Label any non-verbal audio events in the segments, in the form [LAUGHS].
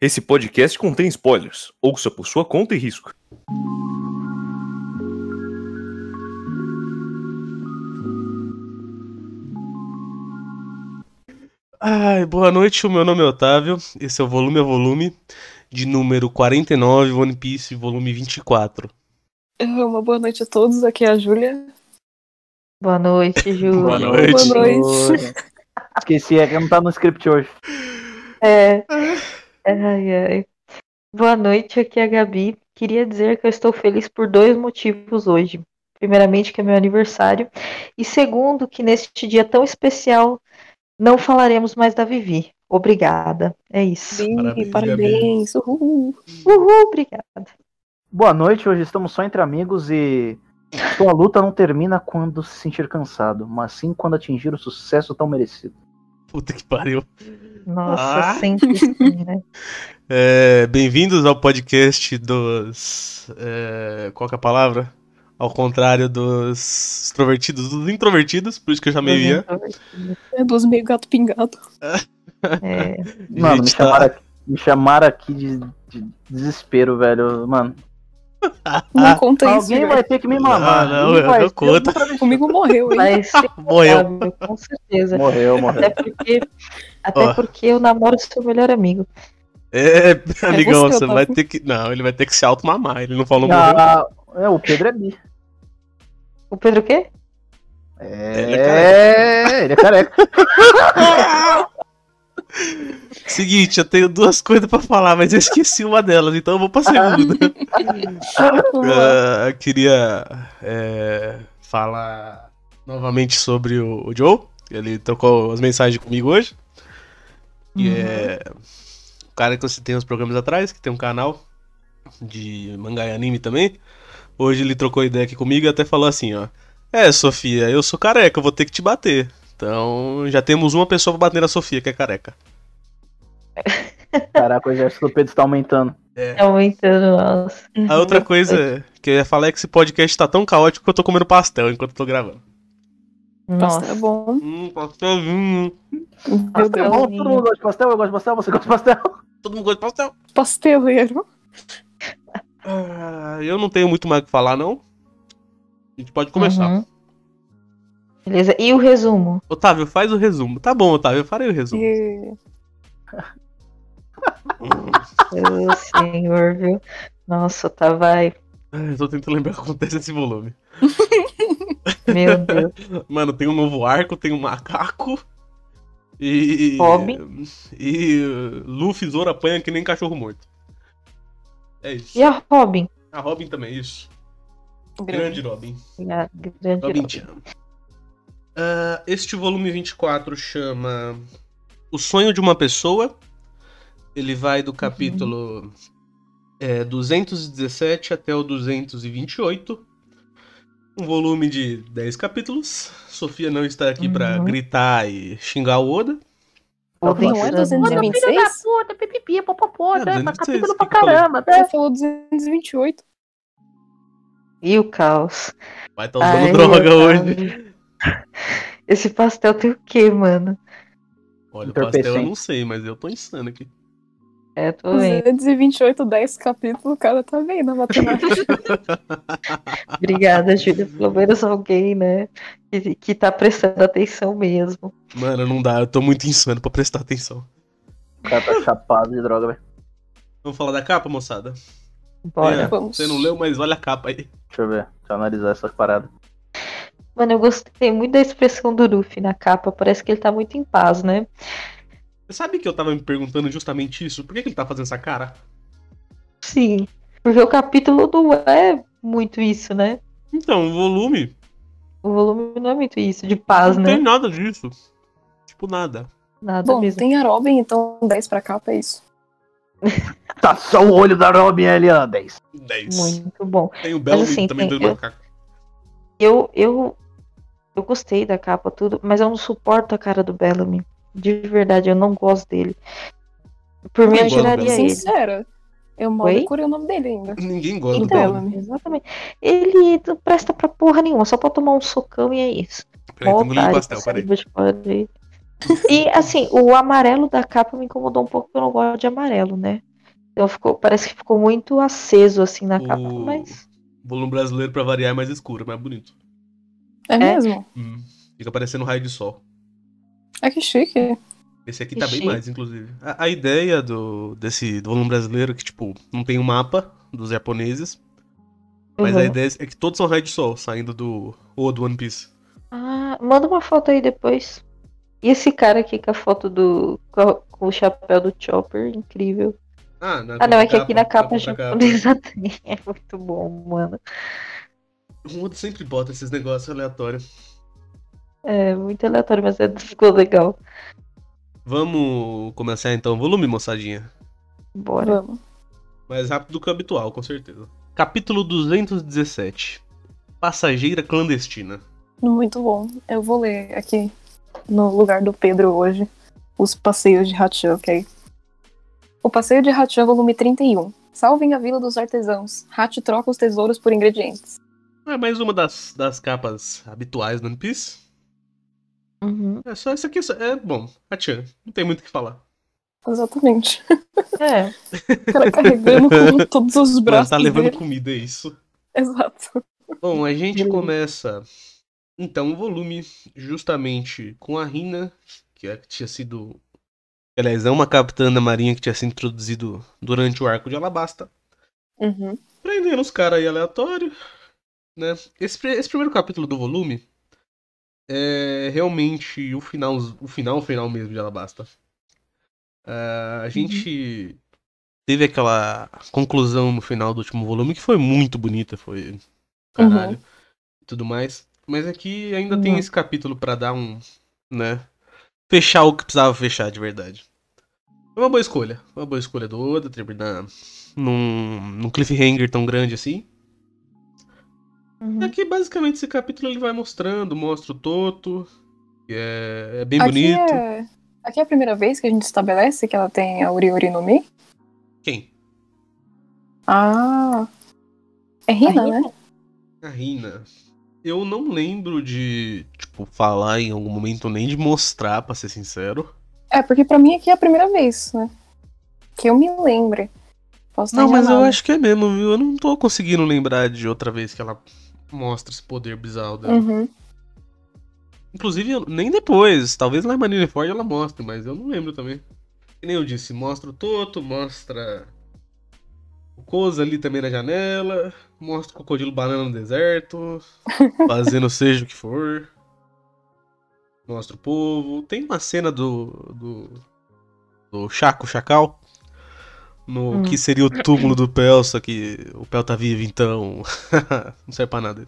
Esse podcast contém spoilers. Ouça por sua conta e risco. Ai, boa noite, o meu nome é Otávio, esse é o Volume a Volume, de número 49, One Piece, volume 24. Uma boa noite a todos, aqui é a Júlia. [LAUGHS] Boa noite, Ju. Boa noite. Boa noite. Boa. Esqueci, é que não tá no script hoje. É. Ai, ai. Boa noite, aqui é a Gabi. Queria dizer que eu estou feliz por dois motivos hoje. Primeiramente, que é meu aniversário. E segundo, que neste dia tão especial não falaremos mais da Vivi. Obrigada. É isso. Sim, Parabéns, parabéns. Uhul. Uhul, obrigada. Boa noite, hoje estamos só entre amigos e sua luta não termina quando se sentir cansado, mas sim quando atingir o sucesso tão merecido. Puta que pariu. Nossa, Ah. sempre sim, [LAUGHS] né? É, Bem-vindos ao podcast dos. é, qual que é a palavra? Ao contrário dos extrovertidos, dos introvertidos, por isso que eu chamei o Ian. É dos meio gato pingado. É, Mano, me Gente, tá- chamaram, aqui- me chamaram aqui de, de desespero, velho. Mano, Não Ah, conta isso. alguém velho. vai ter que me mamar. Não, não, Ninguém eu vai não ter, eu conto. nunca deixei. Comigo morreu, hein? mas sim, Morreu. óbvio, com certeza. Morreu, morreu. Até porque, até Ó. porque eu namoro seu melhor amigo. É, amigão, você, você vai Otávio. ter que. Não, ele vai ter que se automamar. Ele não [LAUGHS] falou morreu. Ah, é, o Pedro é bi. O Pedro o quê? É, Ele ele é é careca. Seguinte, eu tenho duas coisas pra falar, mas eu esqueci uma delas, então eu vou pra segunda. [LAUGHS] Vamos lá. Ah, eu queria é, falar novamente sobre o, o Joe. Ele tocou as mensagens comigo hoje. E é o cara que eu citei uns programas atrás, que tem um canal de mangá e anime também. Hoje ele trocou ideia aqui comigo e até falou assim, ó. É, Sofia, eu sou careca, eu vou ter que te bater. Então já temos uma pessoa pra bater na Sofia, que é careca. [LAUGHS] Caraca, o exército do Pedro está aumentando. Tá aumentando, nossa. A outra coisa que eu ia falar é que esse podcast tá tão caótico que eu tô comendo pastel enquanto eu tô gravando. Nossa, Nossa, tá bom. Hum, pastelzinho. Meu É Deus. bom, todo mundo gosta de pastel, eu gosto de pastel, você gosta de pastel. Todo mundo gosta de pastel. Pasteleiro. Ah, eu não tenho muito mais o que falar, não. A gente pode começar. Uhum. Beleza, e o resumo? Otávio, faz o resumo. Tá bom, Otávio, eu farei o resumo. E- [LAUGHS] Meu senhor, viu? Nossa, tá vai. Ah, Eu tô tentando lembrar o que acontece nesse volume. Meu Deus. Mano, tem um novo arco, tem um macaco. E. Bob. E. uh, Luffy e Zoro apanha que nem cachorro morto. É isso. E a Robin? A Robin também, isso. Grande Grande. Robin. E a grande Robin Robin. te ama. Ah, este volume 24 chama O Sonho de uma Pessoa. Ele vai Uhum. do capítulo eh, 217 até o 228. Um volume de 10 capítulos. Sofia não está aqui pra Uhum. gritar e xingar o Oda. Robin Não é Sandman. 226? puta, pipipi, popopô, É, né? 226, Capítulo pra que que eu falei? caramba, né? Você falou 228. E o caos. Vai estar usando Ai, droga meu hoje. Deus. Esse pastel tem o quê, mano? Olha, o pastel eu Entorpecente. não sei, mas eu tô insano aqui. É, tô bem. 228, 10 capítulos. O cara tá bem [LAUGHS] na matemática. Obrigada, Júlia. Pelo menos alguém, né? Que, que tá prestando atenção mesmo. Mano, não dá, eu tô muito insano pra prestar atenção. O cara tá chapado de droga, velho. Vamos falar da capa, moçada? Bora. É, Vamos. Você não leu, mas olha a capa aí. Deixa eu ver, deixa eu analisar essas paradas. Mano, eu gostei muito da expressão do Luffy na capa. Parece que ele tá muito em paz, né? Você sabe que eu tava me perguntando justamente isso? Por que, que ele tá fazendo essa cara? Sim. Porque o capítulo não é muito isso, né? Então, o volume O volume não é muito isso, de paz, não né? tem nada disso. Tipo, nada. Nada Bom, mesmo. tem a Robin, então 10 pra capa, é isso. Tá só o olho da Robin ali, ó, 10. 10. Muito bom. Tem o Bellamy Mas, assim, também tem- do macaco. Eu, eu, eu gostei da capa, tudo, mas eu não suporto a cara do Bellamy. De verdade, eu não gosto dele. Por mim, Não eu gosto do tiraria Bellamy. ele. Sincera. Eu mal Oi? decorei o nome dele ainda. Ninguém gosta Então, do Bellamy. Exatamente. Ele não presta pra porra nenhuma, só pra tomar um socão e é isso. Peraí, Mó tô engolindo otário, pastel, passando peraí. de fora dele. E assim, o amarelo da capa me incomodou um pouco, porque eu não gosto de amarelo, né? Então ficou, parece que ficou muito aceso assim na O- capa, mas Volume brasileiro, pra variar, é mais escuro, mais bonito. É mesmo? Hum. Fica parecendo um raio de sol. Ah, que chique. Esse aqui Que tá bem chique. mais, inclusive. A, a ideia do, desse do volume brasileiro é que, tipo, não tem um mapa dos japoneses, mas uhum. a ideia é que todos são raio de sol, saindo do... ou do One Piece. Ah, manda uma foto aí depois. E esse cara aqui com a foto do com, a- com o chapéu do Chopper, incrível. Ah, na Ah, não, é que capa- aqui na capa pra [LAUGHS] japonesa tem. É muito bom, mano. O mundo sempre bota esses negócios aleatórios. É muito aleatório, mas é- ficou legal. Vamos começar então o volume, moçadinha. Bora. Vamos. Mais rápido do que o habitual, com certeza. Capítulo 217. Passageira clandestina. Muito bom. Eu vou ler aqui no lugar do Pedro hoje os passeios de Hachô, ok? O passeio de Hachô, volume 31. Salvem a vila dos artesãos. Hachi troca os tesouros por ingredientes. É mais uma das, das capas habituais do One Piece. Uhum. É só isso aqui. só- É bom. A Chan. Não tem muito o que falar. Exatamente. [LAUGHS] É, O cara [LAUGHS] carregando com todos os Mas braços. tá levando dele. [LAUGHS] comida, é isso. Exato. Bom, a gente Beleza. começa então o volume justamente com a Rina, que é- que tinha sido. Aliás, é uma capitã da marinha que tinha sido introduzido durante o arco de Alabasta. Uhum. prendendo os caras aí aleatório, né? Esse, pri- esse primeiro capítulo do volume é realmente o final, o final, o final mesmo de Alabasta. Ah, a gente teve aquela conclusão no final do último volume que foi muito bonita, foi caralho e tudo mais. Mas aqui ainda tem Uhum. esse capítulo pra dar um, né? Fechar o que precisava fechar de verdade. Foi uma boa escolha. Foi uma boa escolha do Oda terminar num, num cliffhanger tão grande assim. uhum. É que basicamente esse capítulo ele vai mostrando, mostra o Toto, que é, é bem Aqui bonito. é... aqui é a primeira vez que a gente estabelece que ela tem a Uriori no Mi. Quem? Ah. É Rina, A Rina? né? A Rina. Eu não lembro de, tipo, falar em algum momento, nem de mostrar, pra ser sincero. É, porque pra mim aqui é a primeira vez, né? Que eu me lembre. Posso estar Não, mas eu enganada. acho que é mesmo, viu? Eu não tô conseguindo lembrar de outra vez que ela mostra esse poder bizarro dela. Uhum. Inclusive, eu- nem depois. Talvez lá em Marineford ela mostre, mas eu não lembro também. Que nem eu disse, mostra o Toto, mostra o Coza ali também na janela, mostra o crocodilo banana no deserto, fazendo seja o que for. Mostra o povo. Tem uma cena do. do. do Chaco Chacal. No Hum. que seria o túmulo do Pel, só que o Pel tá vivo, então. [LAUGHS] não serve pra nada.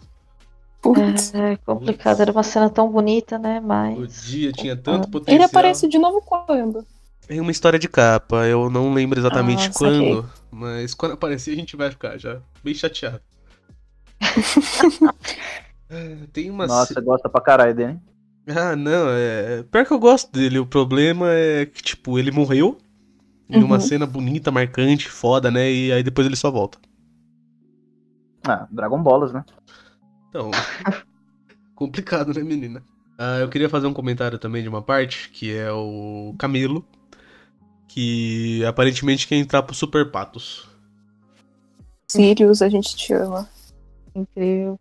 Putz. É complicado. Era uma cena tão bonita, né? O Mas. dia tinha tanto potencial. Ele aparece de novo quando? Tem uma história de capa, eu não lembro exatamente Ah, saquei. quando, mas quando aparecer a gente vai ficar já bem [LAUGHS] chateado. Ah, Tem uma. Nossa, ce- você gosta pra caralho dele, hein? Ah, não, é. Pior que eu gosto dele, o problema é que, tipo, ele morreu em uma Uhum. cena bonita, marcante, foda, né? E aí depois ele só volta. Ah, Dragon Ballas, né? [LAUGHS] Então. complicado, né, menina? Ah, eu queria fazer um comentário também de uma parte, que é o Camilo, que aparentemente quer entrar pro Super Patos. Sirius, a gente te ama. Incrível.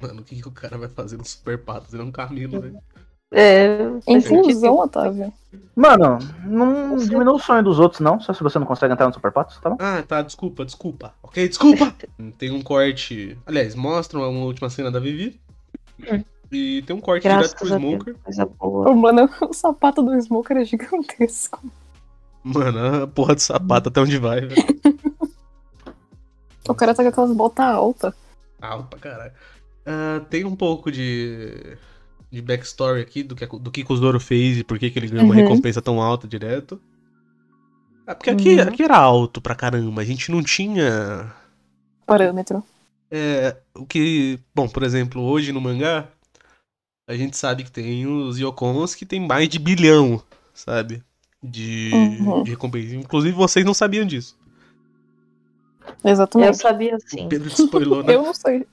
Mano, o que, que o cara vai fazer no Super Patos? Ele é um Camilo, né? É, faz Inclusão, sentido. Otávio. Mano, não diminua o sonho dos outros, não. Só se você não consegue entrar no Super Patos, tá bom? Ah, tá, desculpa, desculpa. Ok, [LAUGHS] desculpa! tem um corte. Aliás, mostram a última cena da Vivi. E tem um corte Hum. Graças direto pro a Deus. Smoker. Coisa boa. Ô, mano, [LAUGHS] o sapato do Smoker é gigantesco. Mano, a porra do sapato até onde vai, velho. O cara tá com aquelas botas altas. Alto pra caralho. Ah, tem um pouco de. de backstory aqui do que, do que o Zoro fez e por que, que ele ganhou uma Uhum. recompensa tão alta direto. Ah, porque aqui, Uhum. aqui era alto pra caramba. A gente não tinha. Parâmetro. É, o que, bom, por exemplo, hoje no mangá, a gente sabe que tem os Yokons que tem mais de bilhão, sabe? De, Uhum. de recompensa. Inclusive, vocês não sabiam disso. Eu Exatamente. sabia O sim. Pedro te spoilou, né? [LAUGHS] Eu não sei.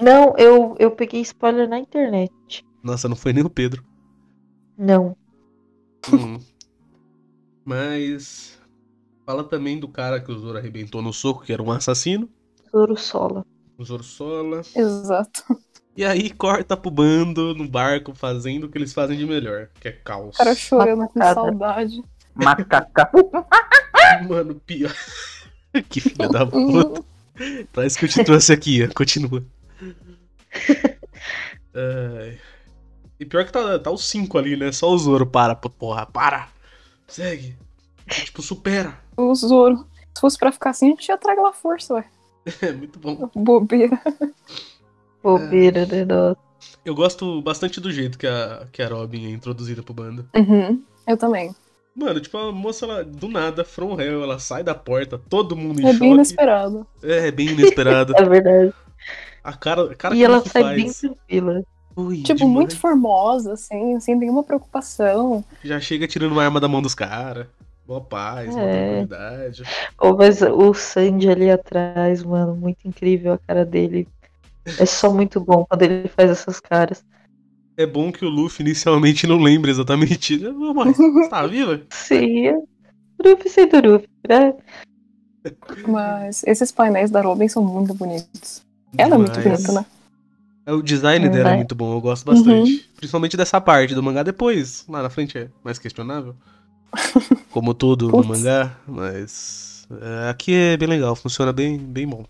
Não, eu, eu peguei spoiler na internet. Nossa, não foi nem o Pedro. Não. Hum. Mas. Fala também do cara que o Zoro arrebentou no soco, que era um assassino. Zoro Sola. O Zoro Sola. Exato. E aí corta pro bando no barco fazendo o que eles fazem de melhor, que é caos. O cara chorando com Macacada. saudade. Macaca. [LAUGHS] [LAUGHS] Mano, pior. que filha da puta. Traz que eu te trouxe aqui, ó. continua. [LAUGHS] Ai. E pior que tá, tá os cinco ali, né? Só o Zoro para, pô, porra, para. Segue. Tipo, supera. [LAUGHS] O Zoro. Se fosse pra ficar assim, a gente ia tragar uma força, ué. É muito bom. Bobeira. É. Bobeira, né? Nossa. Eu gosto bastante do jeito que a, que a Robin é introduzida pro bando. Uhum. Eu também. Mano, tipo, a moça, ela, do nada, from hell, ela sai da porta, todo mundo em É Um choque. bem inesperado. É, bem inesperado. É verdade. A cara, a [LAUGHS] cara E que ela isso sai faz. bem tranquila. Ui, Tipo, demais. muito formosa, assim, sem nenhuma preocupação. Já chega tirando uma arma da mão dos caras. Mó paz, mó É. tranquilidade. Oh, mas o Sandy ali atrás, mano, muito incrível a cara dele. É só muito bom quando ele faz essas caras. É bom que o Luffy inicialmente não lembra exatamente. Ele, "Ô, mãe, você tá viva? Sim, Durufi sem Durufi, né? Mas esses painéis da Robin são muito bonitos. Ela é muito Demais. bonita, né? Uhum. É, O design dela é Vai. muito bom, eu gosto bastante. Principalmente dessa parte do mangá depois. Lá na frente é mais [LAUGHS] questionável. Como tudo no Putz. mangá, mas. é, aqui é bem legal, funciona bem, bem bom.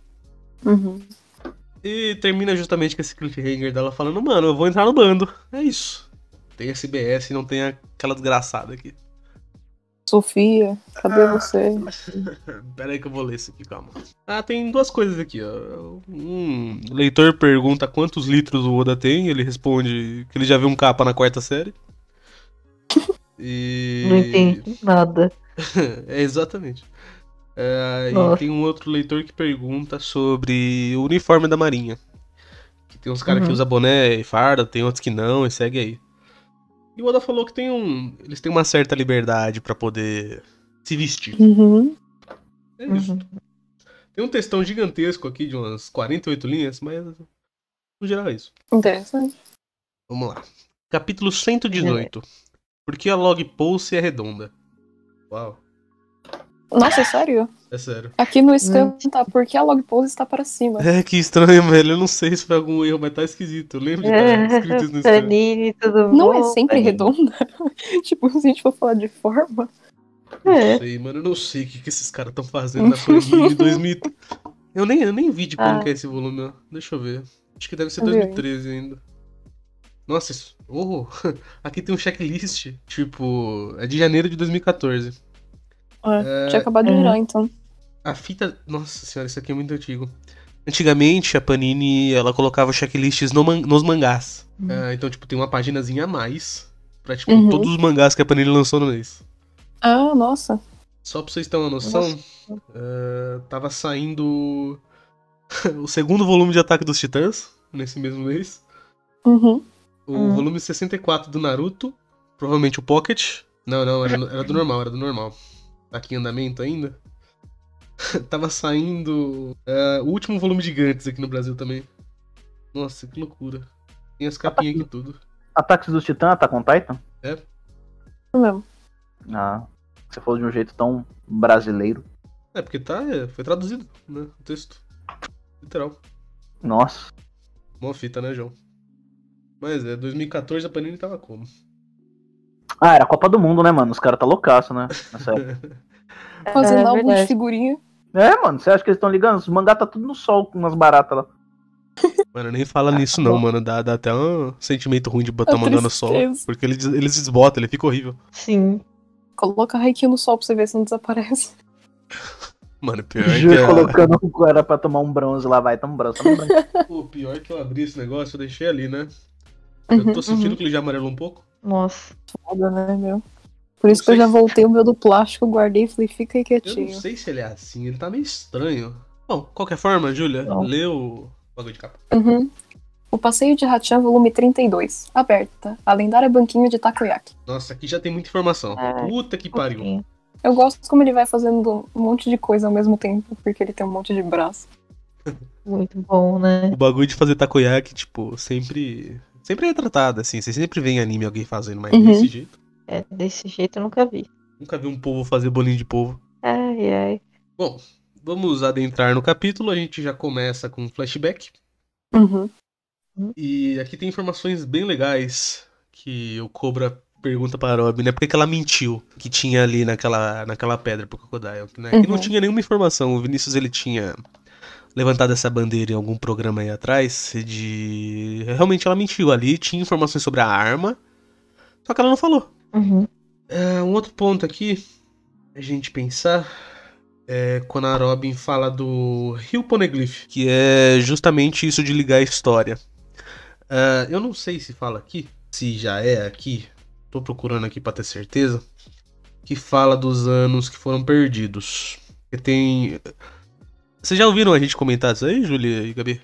Uhum. E termina justamente com esse cliffhanger dela falando, mano, eu vou entrar no bando. É isso. Tem SBS e não tem aquela desgraçada aqui. Sofia, cadê você? Pera aí que eu vou ler isso aqui, calma. Ah, tem duas coisas aqui, ó. Um leitor pergunta quantos litros o Oda tem, ele responde que ele já viu um capa na quarta série. E... [LAUGHS] Não entendi nada. [LAUGHS] é, exatamente. É, e Nossa. tem um outro leitor que pergunta sobre o uniforme da marinha. Que tem uns caras que Uhum. usam boné e farda, tem outros que não, e segue aí. E o Oda falou que tem um. Eles têm uma certa liberdade pra poder se vestir. Uhum. É isso. Uhum. Tem um textão gigantesco aqui de umas 48 linhas, mas no geral é isso. Interessante. Vamos lá. Capítulo 118. Por que a log pulse é redonda? Uau, Nossa, sério? é sério. Aqui no scan tá, porque a log pose está para cima. É, que estranho, velho. Eu não sei se foi algum erro, mas tá esquisito. Eu lembro de estar escrito [LAUGHS] isso no É, Instagram. Panini, tudo Não bom? é sempre redonda? [LAUGHS] tipo, se a gente for falar de forma. Não É. sei, mano. Eu não sei o que, que esses caras estão fazendo na Panini de 2000. Eu nem, eu nem vi de quando Ah. que é esse volume, ó. Deixa eu ver. Acho que deve ser Vê aí. 2013 ainda. Nossa, isso... Oh, [LAUGHS] aqui tem um checklist. Tipo, é de janeiro de 2014. É, Tinha acabado de Uhum. virar, então. A fita. Nossa senhora, isso aqui é muito antigo. Antigamente, a Panini ela colocava checklists no man- nos mangás. Hum. Ah, então, tipo, tem uma paginazinha a mais pra, tipo, Uhum. todos os mangás que a Panini lançou no mês. Ah, nossa. Só pra vocês terem uma noção, ah, tava saindo [LAUGHS] o segundo volume de Ataque dos Titãs, nesse mesmo mês. Uhum. O Hum. volume 64 do Naruto, provavelmente o Pocket. Não, não, era, era do normal, era do normal. Tá aqui em andamento ainda. [LAUGHS] Tava saindo é, o último volume de Gantz aqui no Brasil também. Nossa, que loucura. Tem as capinhas aqui e tudo. Ataques dos Titãs, Attack on Titan? Não é mesmo. Ah, você falou de um jeito tão brasileiro. É, porque tá, é, foi traduzido, né, o texto. Literal. Nossa. Mó fita, né, João? Mas é, 2014 a Panini tava como? Ah, era a Copa do Mundo, né, mano? Os caras tá loucaço, né? Nessa época. [LAUGHS] Fazendo É álbum de verdade. figurinha. É, mano, você acha que eles estão ligando? Os mangá tá tudo no sol com umas baratas lá. [LAUGHS] Mano, nem fala Tá nisso não, mano. Dá, dá até um sentimento ruim de botar Uma mandando sol. tristeza. Porque ele, des- ele se desbota, ele fica horrível. Sim. Coloca Haikyuu no sol pra você ver se não desaparece. Mano, pior é Juro, que a- [LAUGHS] colocando o cara pra tomar um bronze lá, vai, toma um bronze, toma um bronze. Pô, pior é que eu abri esse negócio, eu deixei ali, né? eu Uhum, tô sentindo que ele já amarelou um pouco. Nossa. Foda, né, meu? Por isso que Não eu já sei. voltei o meu do plástico, guardei e falei, fica aí Eu quietinho. não sei se ele é assim, ele tá meio estranho. Bom, qualquer forma, Júlia, Não. lê o bagulho de capa. Uhum. O Passeio de Hachan, volume 32. Aberta. A lendária banquinha de takoyaki. Nossa, aqui já tem muita informação. Ah, Puta que pariu. pouquinho. Eu gosto como ele vai fazendo um monte de coisa ao mesmo tempo, porque ele tem um monte de braço. Muito bom, né? O bagulho de fazer takoyaki, tipo, sempre. Sempre é retratado, assim. Você sempre vê em anime alguém fazendo, mas Uhum. desse jeito. É, desse jeito eu nunca vi. Nunca vi um povo fazer bolinho de povo. É, Ai, ai. Bom, vamos adentrar no capítulo. A gente já começa com um flashback. Uhum. E aqui tem informações bem legais que o Cobra pergunta para a Robin, né? Por que que ela mentiu que tinha ali naquela, naquela pedra pro Crocodile, né? Que não Uhum. tinha nenhuma informação. O Vinícius, ele tinha levantado essa bandeira em algum programa aí atrás de... Realmente ela mentiu ali, tinha informações sobre a arma, só que ela não falou. Uhum. É, um outro ponto aqui, a gente pensar, é quando a Robin fala do Rio Poneglyph, que é justamente isso de ligar a história. É, eu não sei se fala aqui, se já é aqui, tô procurando aqui pra ter certeza, que fala dos anos que foram perdidos. Porque tem... Vocês já ouviram a gente comentar isso aí, Julia e Gabi?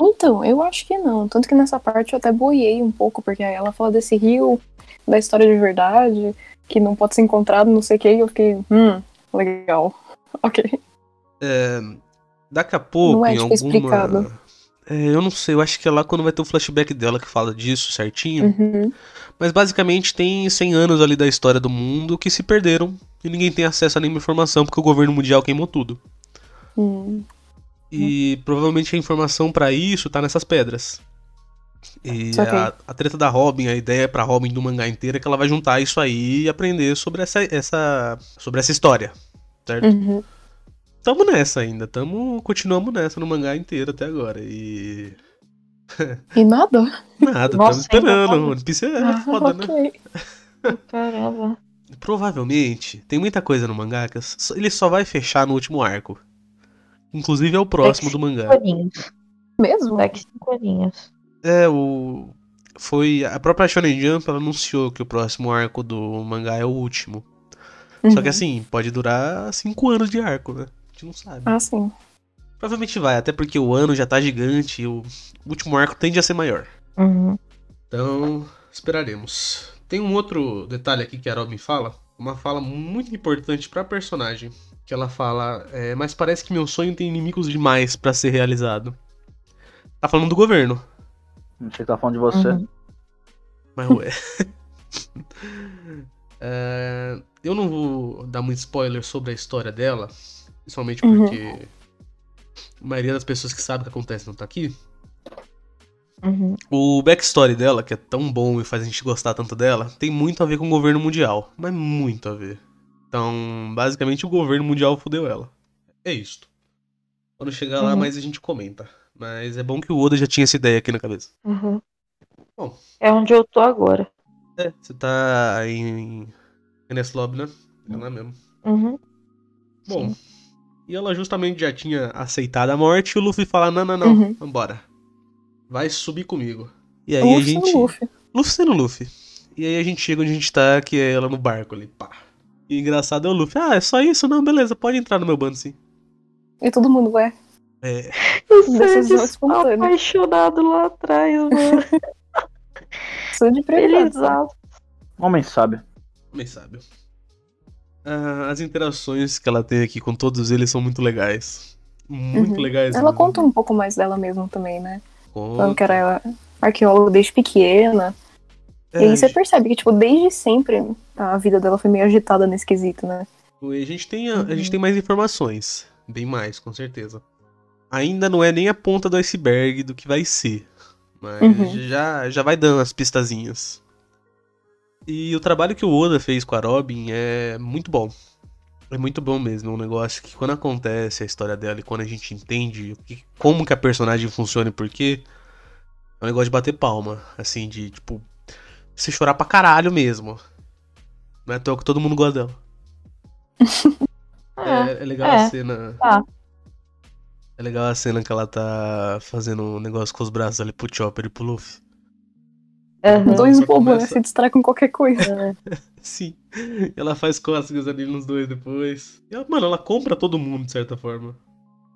Então, eu acho que não. Tanto que nessa parte eu até boiei um pouco, porque aí ela fala desse rio, da história de verdade, que não pode ser encontrado, não sei o que, e eu fiquei, hum, legal. [LAUGHS] Ok. Daqui a pouco, Não em é, tipo, alguma... explicado. É, eu não sei, eu acho que é lá quando vai ter o flashback dela que fala disso certinho. Uhum. Mas basicamente tem 100 anos ali da história do mundo que se perderam e ninguém tem acesso a nenhuma informação porque o governo mundial queimou tudo. Hum. E Uhum. provavelmente a informação pra isso tá nessas pedras. E é Saquei. a, a treta da Robin, a ideia pra Robin do mangá inteiro é que ela vai juntar isso aí e aprender sobre essa, essa, sobre essa história. Uhum. Tamo nessa ainda, tamo, continuamos nessa no mangá inteiro até agora. E. E nada? Nada, tamo Nossa, ainda esperando. tamo- One Piece é foda, né? [LAUGHS] ok. Caramba. Provavelmente, tem muita coisa no mangá que s- ele só vai fechar no último arco. Inclusive é o próximo do mangá. Corinhos. Mesmo? Daqui cinco aninhos. É, o. Foi. A própria Shonen Jump ela anunciou que o próximo arco do mangá é o último. Só que Uhum. assim, pode durar cinco anos de arco, né? A gente não sabe. Ah, sim. Provavelmente vai, até porque o ano já tá gigante e o último arco tende a ser maior. Uhum. Então, esperaremos. Tem um outro detalhe aqui que a Robin fala, uma fala muito importante pra personagem, que ela fala, é, mas parece que meu sonho tem inimigos demais pra ser realizado. Tá falando do governo, Não sei o que tá falando de você. Uhum. mas ué. [LAUGHS] É, eu não vou dar muito spoiler sobre a história dela, principalmente Uhum. porque a maioria das pessoas que sabe o que acontece não tá aqui. Uhum. O backstory dela, que é tão bom e faz a gente gostar tanto dela, tem muito a ver com o governo mundial. Mas muito a ver. Então, basicamente, o governo mundial fudeu ela. É isso. Quando chegar lá, Uhum. mais a gente comenta. Mas é bom que o Oda já tinha essa ideia aqui na cabeça. Uhum. Bom. É onde eu tô agora. É, você tá em. Enes Lobby, né? É lá mesmo. Uhum. Bom. Sim. E ela justamente já tinha aceitado a morte e o Luffy fala: não, não, não, Uhum. vambora. Vai subir comigo. E E aí a gente. Luffy. Luffy sendo Luffy. E aí a gente chega onde a gente tá, que é ela no barco ali, pá. E engraçado é o Luffy. Ah, é só isso? Não, beleza, pode entrar no meu bando sim. E todo mundo, ué. É, Eu Vocês sei são disso, espontâneos. apaixonado lá atrás, né? mano. Precisa de prioridade. Feliz alto. Homem sábio. nem sabe. Ah, as interações que ela tem aqui com todos eles são muito legais. Muito Uhum. legais. Ela mesmo. conta um pouco mais dela mesma também, né? Falando que Conta. era arqueóloga desde pequena. É, E aí você percebe que, tipo, desde sempre a vida dela foi meio agitada nesse quesito, né? E a gente tem, a, a gente tem mais informações. Bem mais, com certeza. Ainda não é nem a ponta do iceberg do que vai ser. Mas Uhum. já, já vai dando as pistazinhas. E o trabalho que o Oda fez com a Robin é muito bom. É muito bom mesmo. É um negócio que quando acontece a história dela e quando a gente entende o que- como que a personagem funciona e por quê, é um negócio de bater palma. Assim, de tipo, você chorar pra caralho mesmo. Não é à toa que todo mundo gosta dela. Ah, É, é legal a é, cena. tá. É legal a cena que ela tá fazendo um negócio com os braços ali pro Chopper e pro Luffy. [LAUGHS] aham. Dois só bobos, né? começa- Se distrai com qualquer coisa. Sim. Ela faz cócegas ali nos dois depois. E ela- mano, ela compra todo mundo, de certa forma.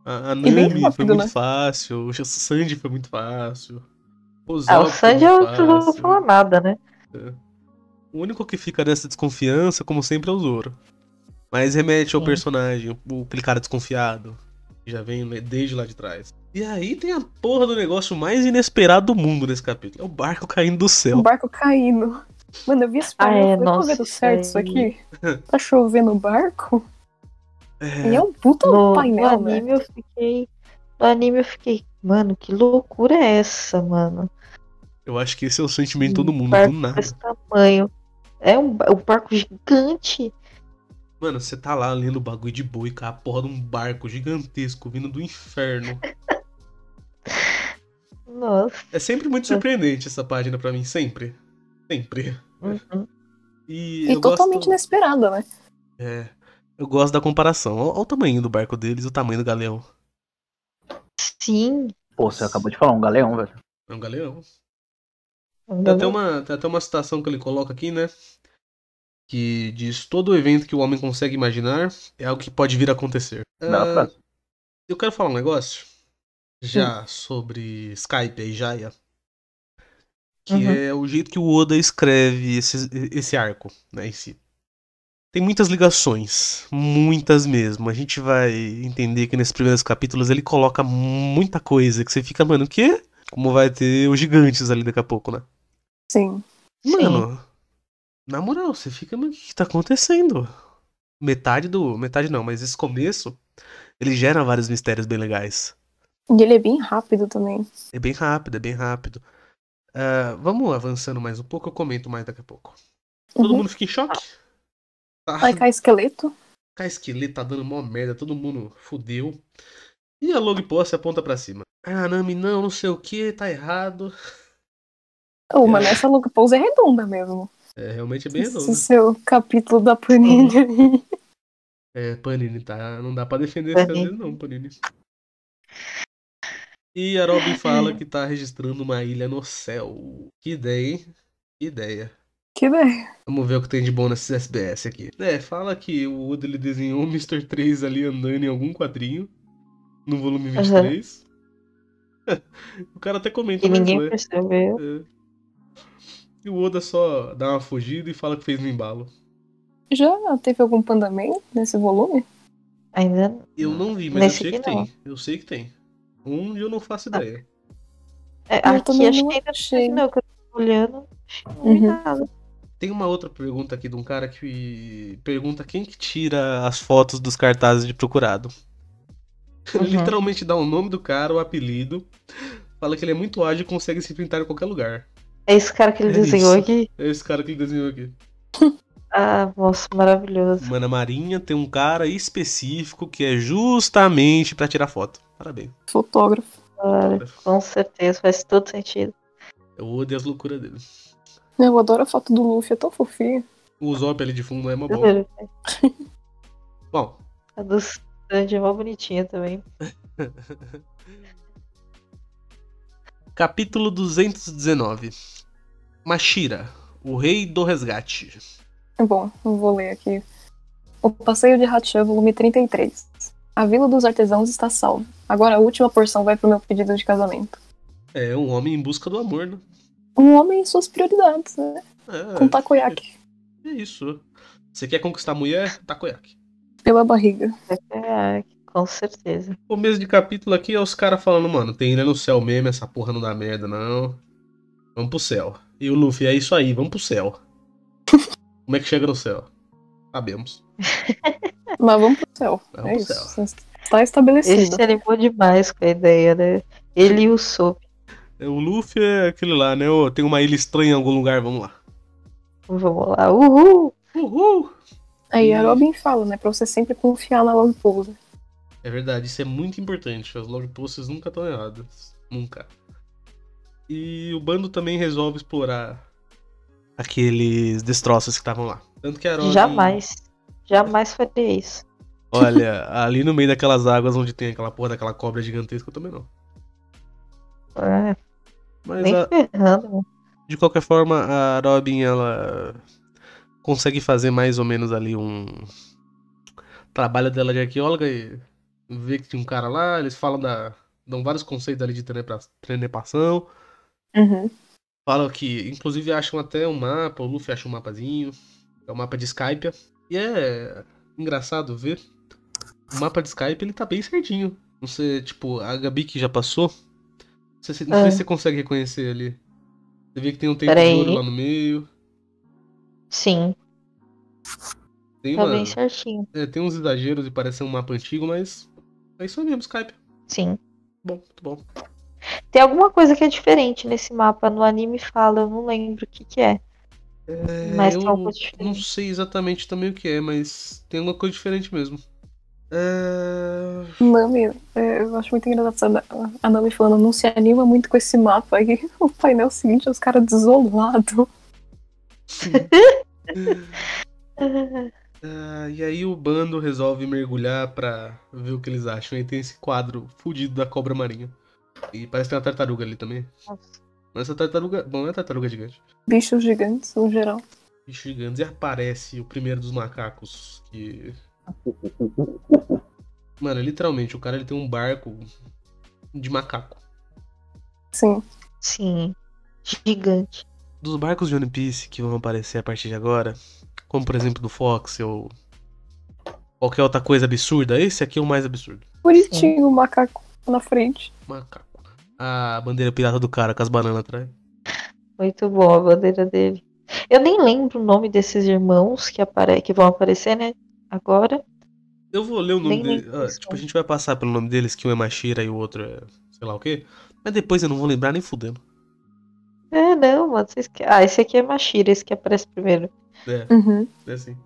A, a bem Nami foi rápido, muito né? fácil. O Sanji foi muito fácil. O Ah, o Zop foi Sanji eu muito não vou fácil. falar nada, né? O único que fica nessa desconfiança, como sempre, é o Zoro. Mas remete ao Sim. personagem, o- aquele cara desconfiado. que Já vem le- desde lá de trás. E aí tem a porra do negócio mais inesperado do mundo nesse capítulo. É o barco caindo do O céu. Um barco caindo. Mano, eu vi esse Ah, barco. é, eu falei, tá nossa, vendo certo isso isso aí. aqui? Tá chovendo o barco? E é um puta No, no painel, né? anime eu fiquei. No anime eu fiquei, mano, que loucura é essa, mano? Eu acho que esse é o sentimento de todo Um mundo, do barco nada. desse tamanho. É um, ba- um barco gigante. Mano, você tá lá lendo o bagulho de boi, cara, a porra de um barco gigantesco vindo do inferno. Nossa. É sempre muito surpreendente essa página pra mim, sempre. Sempre. Uhum. E, E eu totalmente gosto... inesperada, né? É, eu gosto da comparação. Olha o tamanho do barco deles e o tamanho do galeão. Sim. Pô, você acabou de falar um galeão, velho. É um galeão. Tem Não, até, uma, tem até uma citação que ele coloca aqui, né? Que diz: Todo evento que o homem consegue imaginar é algo que pode vir a acontecer. Bela É. Ah, frase. eu quero falar um negócio já sobre Skype e Jaya. Que Uhum. é o jeito que o Oda escreve esse, esse arco, né, em si. Tem muitas ligações, muitas mesmo. A gente vai entender que nesses primeiros capítulos ele coloca muita coisa que você fica, mano, o quê? Como vai ter os gigantes ali daqui a pouco, né? Sim. Mano, na moral, você fica, mas o que que tá acontecendo? Metade do. Metade não, mas esse começo, ele gera vários mistérios bem legais. E ele é bem rápido também. É bem rápido, é bem rápido. Ah, vamos avançando mais um pouco, eu comento mais daqui a pouco. Todo Uhum. Ah. mundo fica em choque. Tá, [LAUGHS] Vai cair esqueleto. Cai esqueleto, tá dando mó merda, todo mundo fudeu. E a Log Posse aponta pra cima. Ah, Nami, não, não sei o que, tá errado. Ô, mano, essa logo pose é redonda mesmo. É, realmente é bem Esse redondo. seu capítulo da Panini Uhum. aí. É, Panini, tá? Não dá pra defender esse Panini. dedo, não, Panini. E a Robin fala que tá registrando uma ilha no céu. Que ideia, hein? Que ideia. Que ideia. Vamos ver o que tem de bom nesse SBS aqui. É, fala que o Oda ele desenhou o Mr. 3 ali andando em algum quadrinho. No volume 23. [LAUGHS] o cara até comenta, que né? ninguém Zoé? percebeu. E o Oda só dá uma fugida e fala que fez no embalo. Já teve algum pandaman nesse volume? Ainda. Eu não vi, Ah. mas Nesse eu sei que aqui não. tem. Eu sei que tem. Um eu não faço ideia. É, Eu aqui também acho não que ainda não achei. teve, não, que eu tô olhando. Acho que não vi Uhum. nada. Tem uma outra pergunta aqui de um cara que pergunta quem que tira as fotos dos cartazes de procurado. Ele Uhum. Literalmente dá o nome do cara, o apelido, fala que ele é muito ágil e consegue se pintar em qualquer lugar. É esse cara que ele É desenhou isso. aqui? É esse cara que ele desenhou aqui. Ah, nossa, maravilhoso. Mano, a Marinha tem um cara específico que é justamente pra tirar foto. Parabéns. Fotógrafo. Claro, com certeza, faz todo sentido. Eu odeio as loucuras dele. Eu adoro a foto do Luffy, é tão fofinho. O Usopp ali de fundo é uma [LAUGHS] boa. Juro. Bom, A do Sandy é mó bonitinha também. capítulo 219. Mashira, o rei do resgate. Bom, eu vou ler aqui. O Passeio de Hachan, volume 33. A Vila dos Artesãos está salva. Agora a última porção vai pro meu pedido de casamento. É um homem em busca do amor, né? Um homem e suas prioridades, né? Com É, takoyaki. é isso. Você quer conquistar a mulher? Tá Takoyaki. Pela barriga. É, com certeza. Começo de capítulo aqui é os caras falando, mano, tem ilha no céu mesmo, essa porra não dá merda, não. Vamos pro céu. E o Luffy, é isso aí, vamos pro [LAUGHS] céu. Como é que chega no céu? Sabemos. Mas vamos pro céu. Vamos é pro isso. céu. Está Ele estabelecido. se animou demais com a ideia, né? Ele e o Sop. O Luffy é aquele lá, né? Ô, tem uma ilha estranha em algum lugar, vamos lá. Vamos lá, uhul! Uhul! Aí a Robin fala, né? Pra você sempre confiar na Love Pose. É verdade, isso é muito importante. As log posts nunca estão erradas. Nunca. E o bando também resolve explorar aqueles destroços que estavam lá. Tanto que a Robin, Jamais. né? Jamais faria isso. Olha, ali no meio daquelas águas onde tem aquela porra daquela cobra gigantesca, eu também não. É, Mas nem a- ferrando, né? mano. de qualquer forma, a Robin, ela consegue fazer mais ou menos ali um trabalho dela de arqueóloga e vê que tinha um cara lá, eles falam da. dão vários conceitos ali de trenepa- trenepação. Uhum. Falam que, inclusive, acham até um mapa, o Luffy acha um mapazinho. É o mapa de Skype. E é engraçado ver. O mapa de Skype, ele tá bem certinho. Não sei, tipo, a Gabi que já passou. Você, não sei Ah. se você consegue reconhecer ali. Você vê que tem um tempo Peraí. de ouro lá no meio. Sim. Tem, Tá uma, bem certinho. é, tem uns exageros e parece ser um mapa antigo, mas é isso aí mesmo, Skype. Sim. Bom, muito bom. Tem alguma coisa que é diferente nesse mapa. No anime fala, eu não lembro o que, que é. É, mas um eu tem alguma coisa [LAUGHS] não diferente. sei exatamente também o que é, mas tem alguma coisa diferente mesmo. É... Nami, é, eu acho muito engraçado a Nami falando, não se anima muito com esse mapa. Aí [LAUGHS] o painel seguinte, é os caras desolados. Ah, e aí o bando resolve mergulhar pra ver o que eles acham. E tem esse quadro fudido da cobra marinha. E parece que tem uma tartaruga ali também. Mas essa tartaruga. Bom, não é tartaruga gigante. [LAUGHS] Bichos gigantes, no geral. Bicho gigantes. E aparece o primeiro dos macacos. [LAUGHS] Que. Mano, literalmente, o cara ele tem um barco de macaco. Sim. Sim. Gigante. Dos barcos de One Piece que vão aparecer a partir de agora, como por exemplo do Fox ou qualquer outra coisa absurda, esse aqui é o mais absurdo. Bonitinho o macaco na frente. Macaco. A bandeira pirata do cara com as bananas atrás. Muito bom a bandeira dele. Eu nem lembro o nome desses irmãos que, apare... que vão aparecer, né? Agora. Eu vou ler o nome Nem lembro deles. Ah, disso, tipo, a gente vai passar pelo nome deles, que um é Mashira e o outro é sei lá o quê. Mas depois eu não vou lembrar nem fudendo. É, não, mano. Vocês... que- Ah, esse aqui é Mashira, esse que aparece primeiro. É, é assim. Uhum.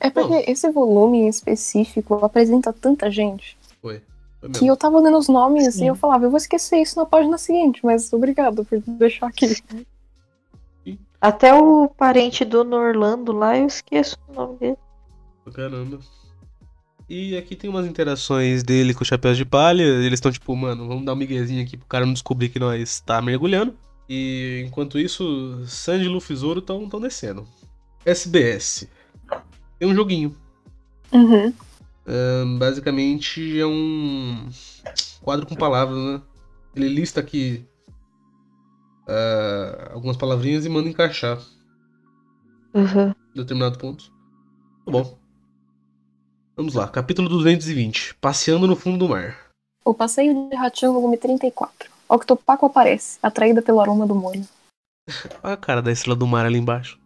É porque Bom. esse volume em específico apresenta tanta gente Foi que mesmo. eu tava lendo os nomes Sim. e eu falava, eu vou esquecer isso na página seguinte, mas obrigado por deixar aqui. Até o parente do Norlando lá, eu esqueço o nome dele. Caramba. E aqui tem umas interações dele com o Chapéu de Palha. Eles estão tipo, mano, vamos dar um miguezinho aqui pro cara não descobrir que nós tá mergulhando. E enquanto isso, Sanji e Luffy e Zoro estão tão descendo. SBS. Tem um joguinho. Uhum. Basicamente é um quadro com palavras, né? Ele lista aqui ah, algumas palavrinhas e manda encaixar Uhum. determinado ponto. Tá bom. Vamos lá, capítulo 220. Passeando no fundo do mar. O passeio de Hachan, volume 34. Octopaco aparece, atraída pelo aroma do molho. Olha a cara da estrela do mar ali embaixo.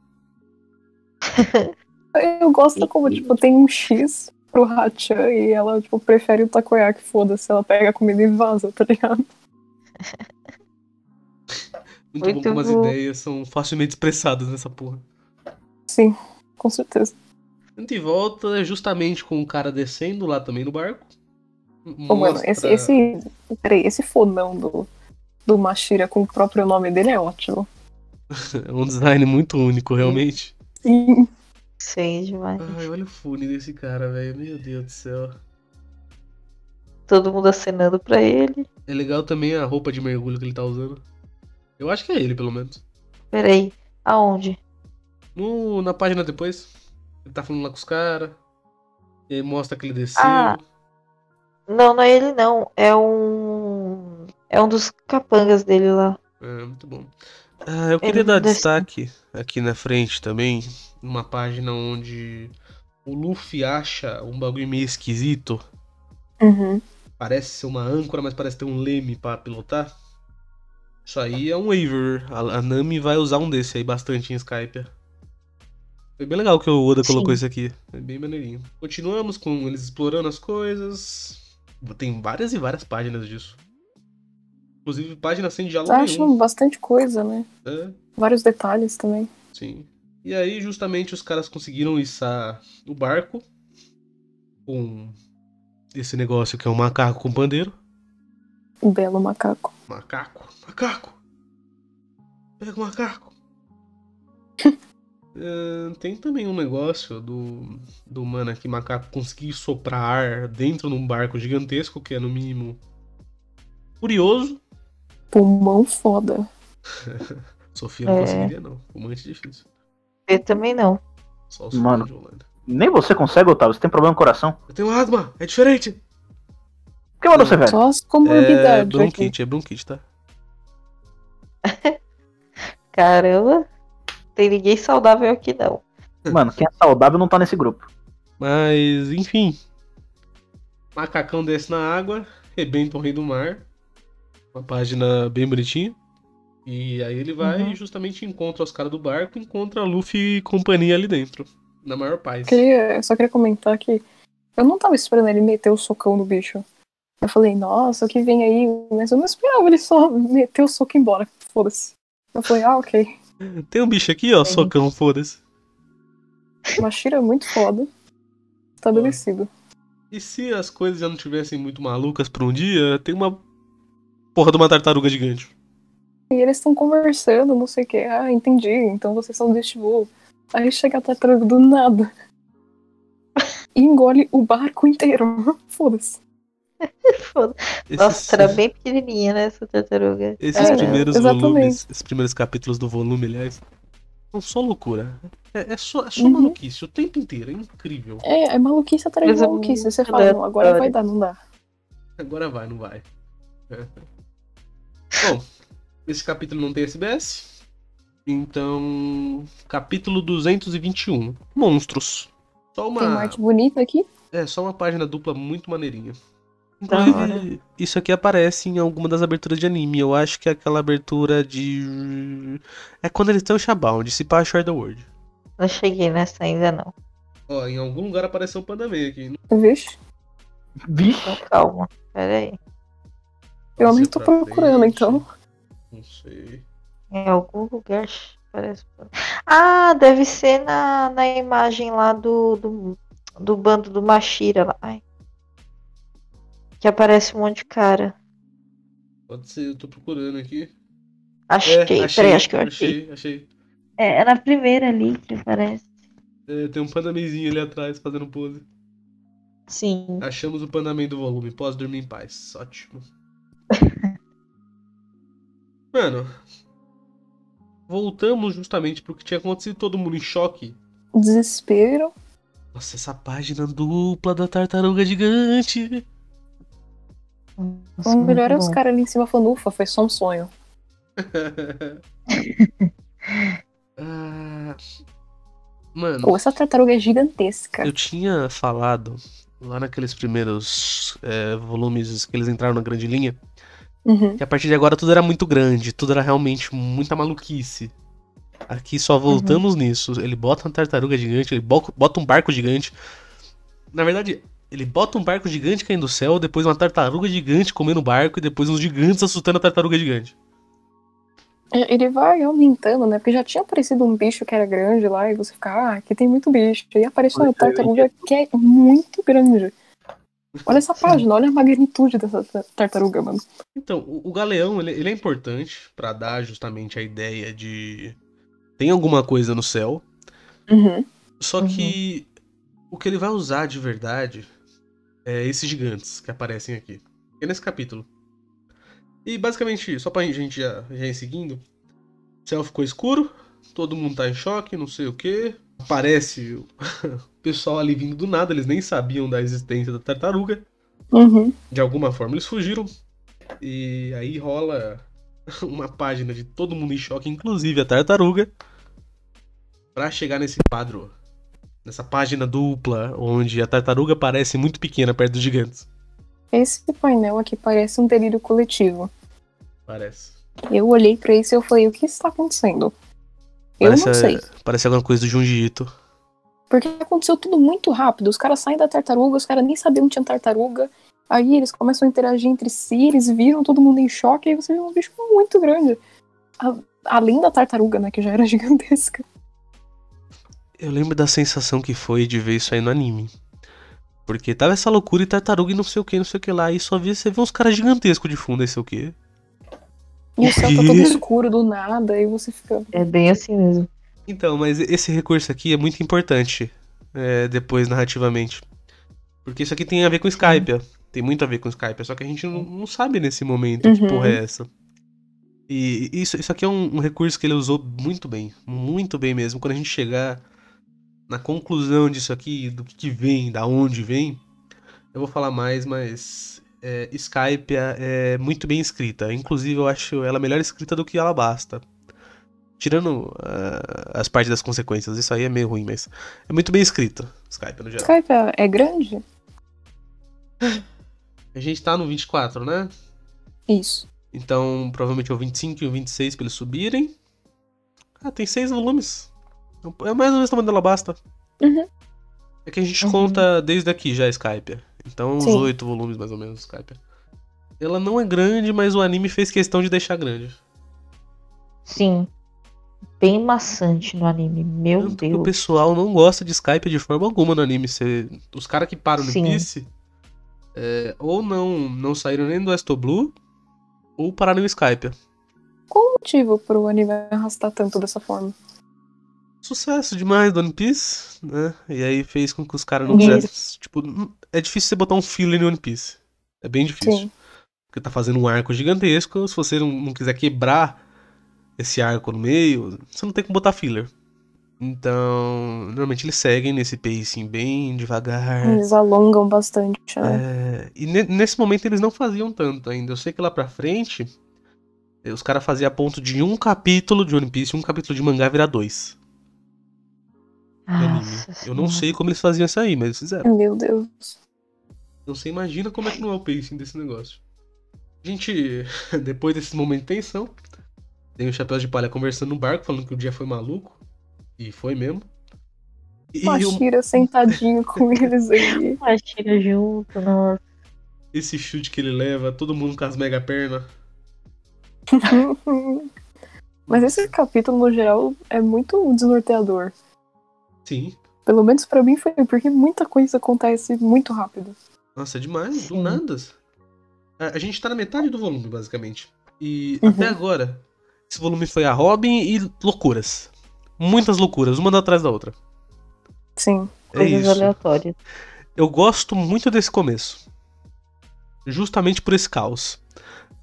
Eu gosto como, tipo, tem um X pro Hachan e ela, tipo, prefere o takoyaki, foda-se, ela pega a comida e vaza, tá ligado? Muito, bom Muito como as bom. ideias são facilmente expressadas nessa porra. Sim, com certeza. A gente volta é justamente com o cara descendo lá também no barco. Ô, mano, esse, Mostra- esse, peraí, esse fodão do, do Mashira com o próprio nome dele é ótimo. É um design muito único, realmente. Sim. Sei demais. Ai, olha o fone desse cara, velho. Meu Deus do céu. Todo mundo acenando pra ele. É legal também a roupa de mergulho que ele tá usando. Eu acho que é ele, pelo menos. Peraí, aonde? No, na página depois, ele tá falando lá com os caras. E aí mostra que ele desceu. Ah. Não, não é ele não. É um. É um dos capangas dele lá. É, muito bom. Ah, eu Ele queria dar desceu. destaque aqui na frente também. Uma página onde o Luffy acha um bagulho meio esquisito. Uhum. Parece ser uma âncora, mas parece ter um leme pra pilotar. Isso aí é um waiver. A, a Nami vai usar um desse aí bastante em Skype. Foi bem legal que o Oda Sim. colocou isso aqui. É bem maneirinho. Continuamos com eles explorando as coisas. Tem várias e várias páginas disso. Inclusive páginas sem diálogo nenhum. Acham Tá bastante coisa, né? né? Vários detalhes também. Sim. E aí, justamente, os caras conseguiram içar o barco com esse negócio que é um macaco com pandeiro. O belo macaco. Macaco, macaco! Pega o [LAUGHS] macaco! Ahn, tem também um negócio do, do mano aqui, macaco, conseguir soprar ar dentro de um barco gigantesco, que é no mínimo curioso. Pulmão foda. Sofia não É. conseguiria, não. Fumante difícil. Eu também não. Só o Sultan Mano. de Holanda. Nem você consegue, Otávio. Você tem problema no coração. Eu tenho asma, é diferente! Por que mandou você, velho? Só as É comorbidades. aqui. bronquite, é bronquite, tá? Caramba. Tem ninguém saudável aqui não. [LAUGHS] Mano, quem é saudável não tá nesse grupo. Mas, enfim. Macacão desce na água, rebenta o rei do mar. Uma página bem bonitinha. E aí ele vai Uhum. e justamente encontra os caras do barco, encontra Luffy e companhia ali dentro. na maior paz. Queria, eu só queria comentar que eu não tava esperando ele meter o socão no bicho. Eu falei, nossa, o que vem aí? Mas eu não esperava ele só meter o soco e ir embora. Foda-se. Eu falei, ah, ok. Tem um bicho aqui, ó, socão, foda-se. Mashira é muito foda. Tá Estabelecido. E se as coisas já não tivessem muito malucas por um dia, tem uma porra de uma tartaruga gigante. E eles estão conversando, não sei o que. Ah, entendi. Então vocês são deste voo. Aí chega a tartaruga do nada. E engole o barco inteiro. [LAUGHS] Foda-se. Foda. Esses, Nossa, era bem pequenininha, né, essa tartaruga. esses É, primeiros exatamente. volumes, esses primeiros capítulos do volume, aliás, são só loucura. É, é só, é só Uhum. maluquice o tempo inteiro, é incrível. É, é maluquice atrás Mas de é maluquice. Você muito fala, não, agora vai aleatório. dar, não dá. Agora vai, não vai. É. Bom, esse capítulo não tem SBS. Então, capítulo 221. Monstros. Só Tem uma uma, arte bonita aqui. é, só uma página dupla muito maneirinha. Da Inclusive, isso aqui aparece em alguma das aberturas de anime. Eu acho que é aquela abertura de. É quando eles estão em Shabound, se pá, Shard World. Não cheguei nessa ainda, não. Ó, em algum lugar apareceu o Panda Man aqui. Vixe, Vixe, Então calma, pera aí. eu Passei nem tô pra procurando, frente. então. Não sei. Em É, algum lugar parece. Ah, deve ser na, na imagem lá do, do, do bando do Mashira lá. Ai. Que aparece um monte de cara. Pode ser, eu tô procurando aqui. Achei, peraí, acho que eu achei. É, achei. achei. É, é na primeira ali que aparece. É, tem um pandamezinho ali atrás fazendo pose. Sim. Achamos o Panamém do volume. Posso dormir em paz. Ótimo. Mano. Voltamos justamente pro que tinha acontecido, todo mundo em choque. Desespero. Nossa, essa página dupla da tartaruga gigante. o melhor é os caras ali em cima falando, ufa, foi só um sonho. Ah, mano, Pô, essa tartaruga é gigantesca. eu tinha falado lá naqueles primeiros é, volumes que eles entraram na grande linha Uhum. Que a partir de agora tudo era muito grande, tudo era realmente muita maluquice. Aqui só voltamos nisso. Ele bota uma tartaruga gigante, ele bo- bota um barco gigante. Na verdade, ele bota um barco gigante caindo do céu, depois uma tartaruga gigante comendo o barco e depois uns gigantes assustando a tartaruga gigante. É, Ele vai aumentando, né? Porque já tinha aparecido um bicho que era grande lá, e você fica, ah, aqui tem muito bicho. E aparece uma Olha, tá tartaruga que é muito grande. Olha essa página, olha a magnitude dessa ta- tartaruga, mano. Então, o, o galeão ele, ele é importante pra dar justamente a ideia de tem alguma coisa no céu, Uhum. Só Uhum. que o que ele vai usar de verdade é esses gigantes que aparecem aqui. É nesse capítulo. E basicamente, só pra gente já, já ir seguindo, o céu ficou escuro, todo mundo tá em choque, não sei o que. Aparece o [LAUGHS] pessoal ali vindo do nada, eles nem sabiam da existência da tartaruga. Uhum. De alguma forma eles fugiram. E aí rola [LAUGHS] uma página de todo mundo em choque, inclusive a tartaruga. Pra chegar nesse quadro. Nessa página dupla, onde a tartaruga parece muito pequena perto dos gigantes. Esse painel aqui parece um delírio coletivo. Parece. Eu olhei pra isso e eu falei, o que está acontecendo? Eu Parece não a- sei. Parece alguma coisa do Junji Ito. Porque aconteceu tudo muito rápido. Os caras saem da tartaruga, os caras nem sabiam que tinha tartaruga. Aí eles começam a interagir entre si, eles viram todo mundo em choque, aí você vê um bicho muito grande. A- além da tartaruga, né, que já era [LAUGHS] gigantesca. Eu lembro da sensação que foi de ver isso aí no anime. Porque tava essa loucura e tartaruga e não sei o que, não sei o que lá. E só via, você vê uns caras gigantescos de fundo, aí sei o que. E o céu tá quê? todo escuro do nada, e você fica. É bem assim mesmo. Então, mas esse recurso aqui é muito importante é, depois narrativamente. Porque isso aqui tem a ver com Skype. ó. Tem muito a ver com Skype. Só que a gente não, não sabe nesse momento que Uhum. porra é essa. E isso, isso aqui é um, um recurso que ele usou muito bem. Muito bem mesmo. Quando a gente chegar na conclusão disso aqui, do que, que vem, da onde vem, eu vou falar mais, mas é, Skype é, é muito bem escrita. Inclusive, eu acho ela melhor escrita do que Alabasta. Tirando ah, as partes das consequências, isso aí é meio ruim, mas é muito bem escrito, Skype no geral. Skype é- é grande? A gente tá no 24, né? Isso. Então, provavelmente é o 25 e o 26 pra eles subirem. Ah, tem seis volumes. É mais ou menos o tamanho da Alabasta. Uhum. É que a gente Uhum. conta desde aqui já Skype. Então uns Sim. oito volumes mais ou menos Skype. Ela não é grande, mas o anime fez questão de deixar grande. Sim. Bem maçante no anime. Meu Tanto que o Deus. pessoal não gosta de Skype de forma alguma no anime. Cê- Os caras que param no Sim. Piece é, ou não, não saíram nem do Astro Blue ou pararam no Skype. Qual o motivo pro anime arrastar tanto dessa forma? sucesso demais do One Piece, né? E aí fez com que os caras não Ninguém- quisessem. Tipo, não- é difícil você botar um filler em One Piece. É bem difícil. Sim. Porque tá fazendo um arco gigantesco. Se você não, não quiser quebrar esse arco no meio, você não tem como botar filler. Então, normalmente eles seguem nesse pacing bem devagar. Eles alongam bastante, né? É, e ne- nesse momento eles não faziam tanto ainda. Eu sei que lá pra frente, eh, os caras faziam a ponto de um capítulo de One Piece, um capítulo de mangá virar dois de anime. Nossa Eu não Senhora. sei como eles faziam isso aí, mas eles fizeram. Meu Deus. Então você imagina como é que não é o pacing desse negócio. Gente, [LAUGHS] depois desse momento de tensão, tem o Chapéu de Palha conversando no barco, falando que o dia foi maluco. E foi mesmo. E o- [LAUGHS] Mashira sentadinho com eles aí. Mas tira junto, nossa. esse chute que ele leva, todo mundo com as mega pernas. [LAUGHS] Mas esse capítulo, no geral, é muito desnorteador. Sim. Pelo menos pra mim foi, porque muita coisa acontece muito rápido. Nossa, é demais, do Sim. nada. A, a gente tá na metade do volume, basicamente. E Uhum. até agora, esse volume foi a Robin e loucuras. Muitas loucuras, uma atrás da outra. Sim. É Coisas isso. aleatórias. Eu gosto muito desse começo. Justamente por esse caos.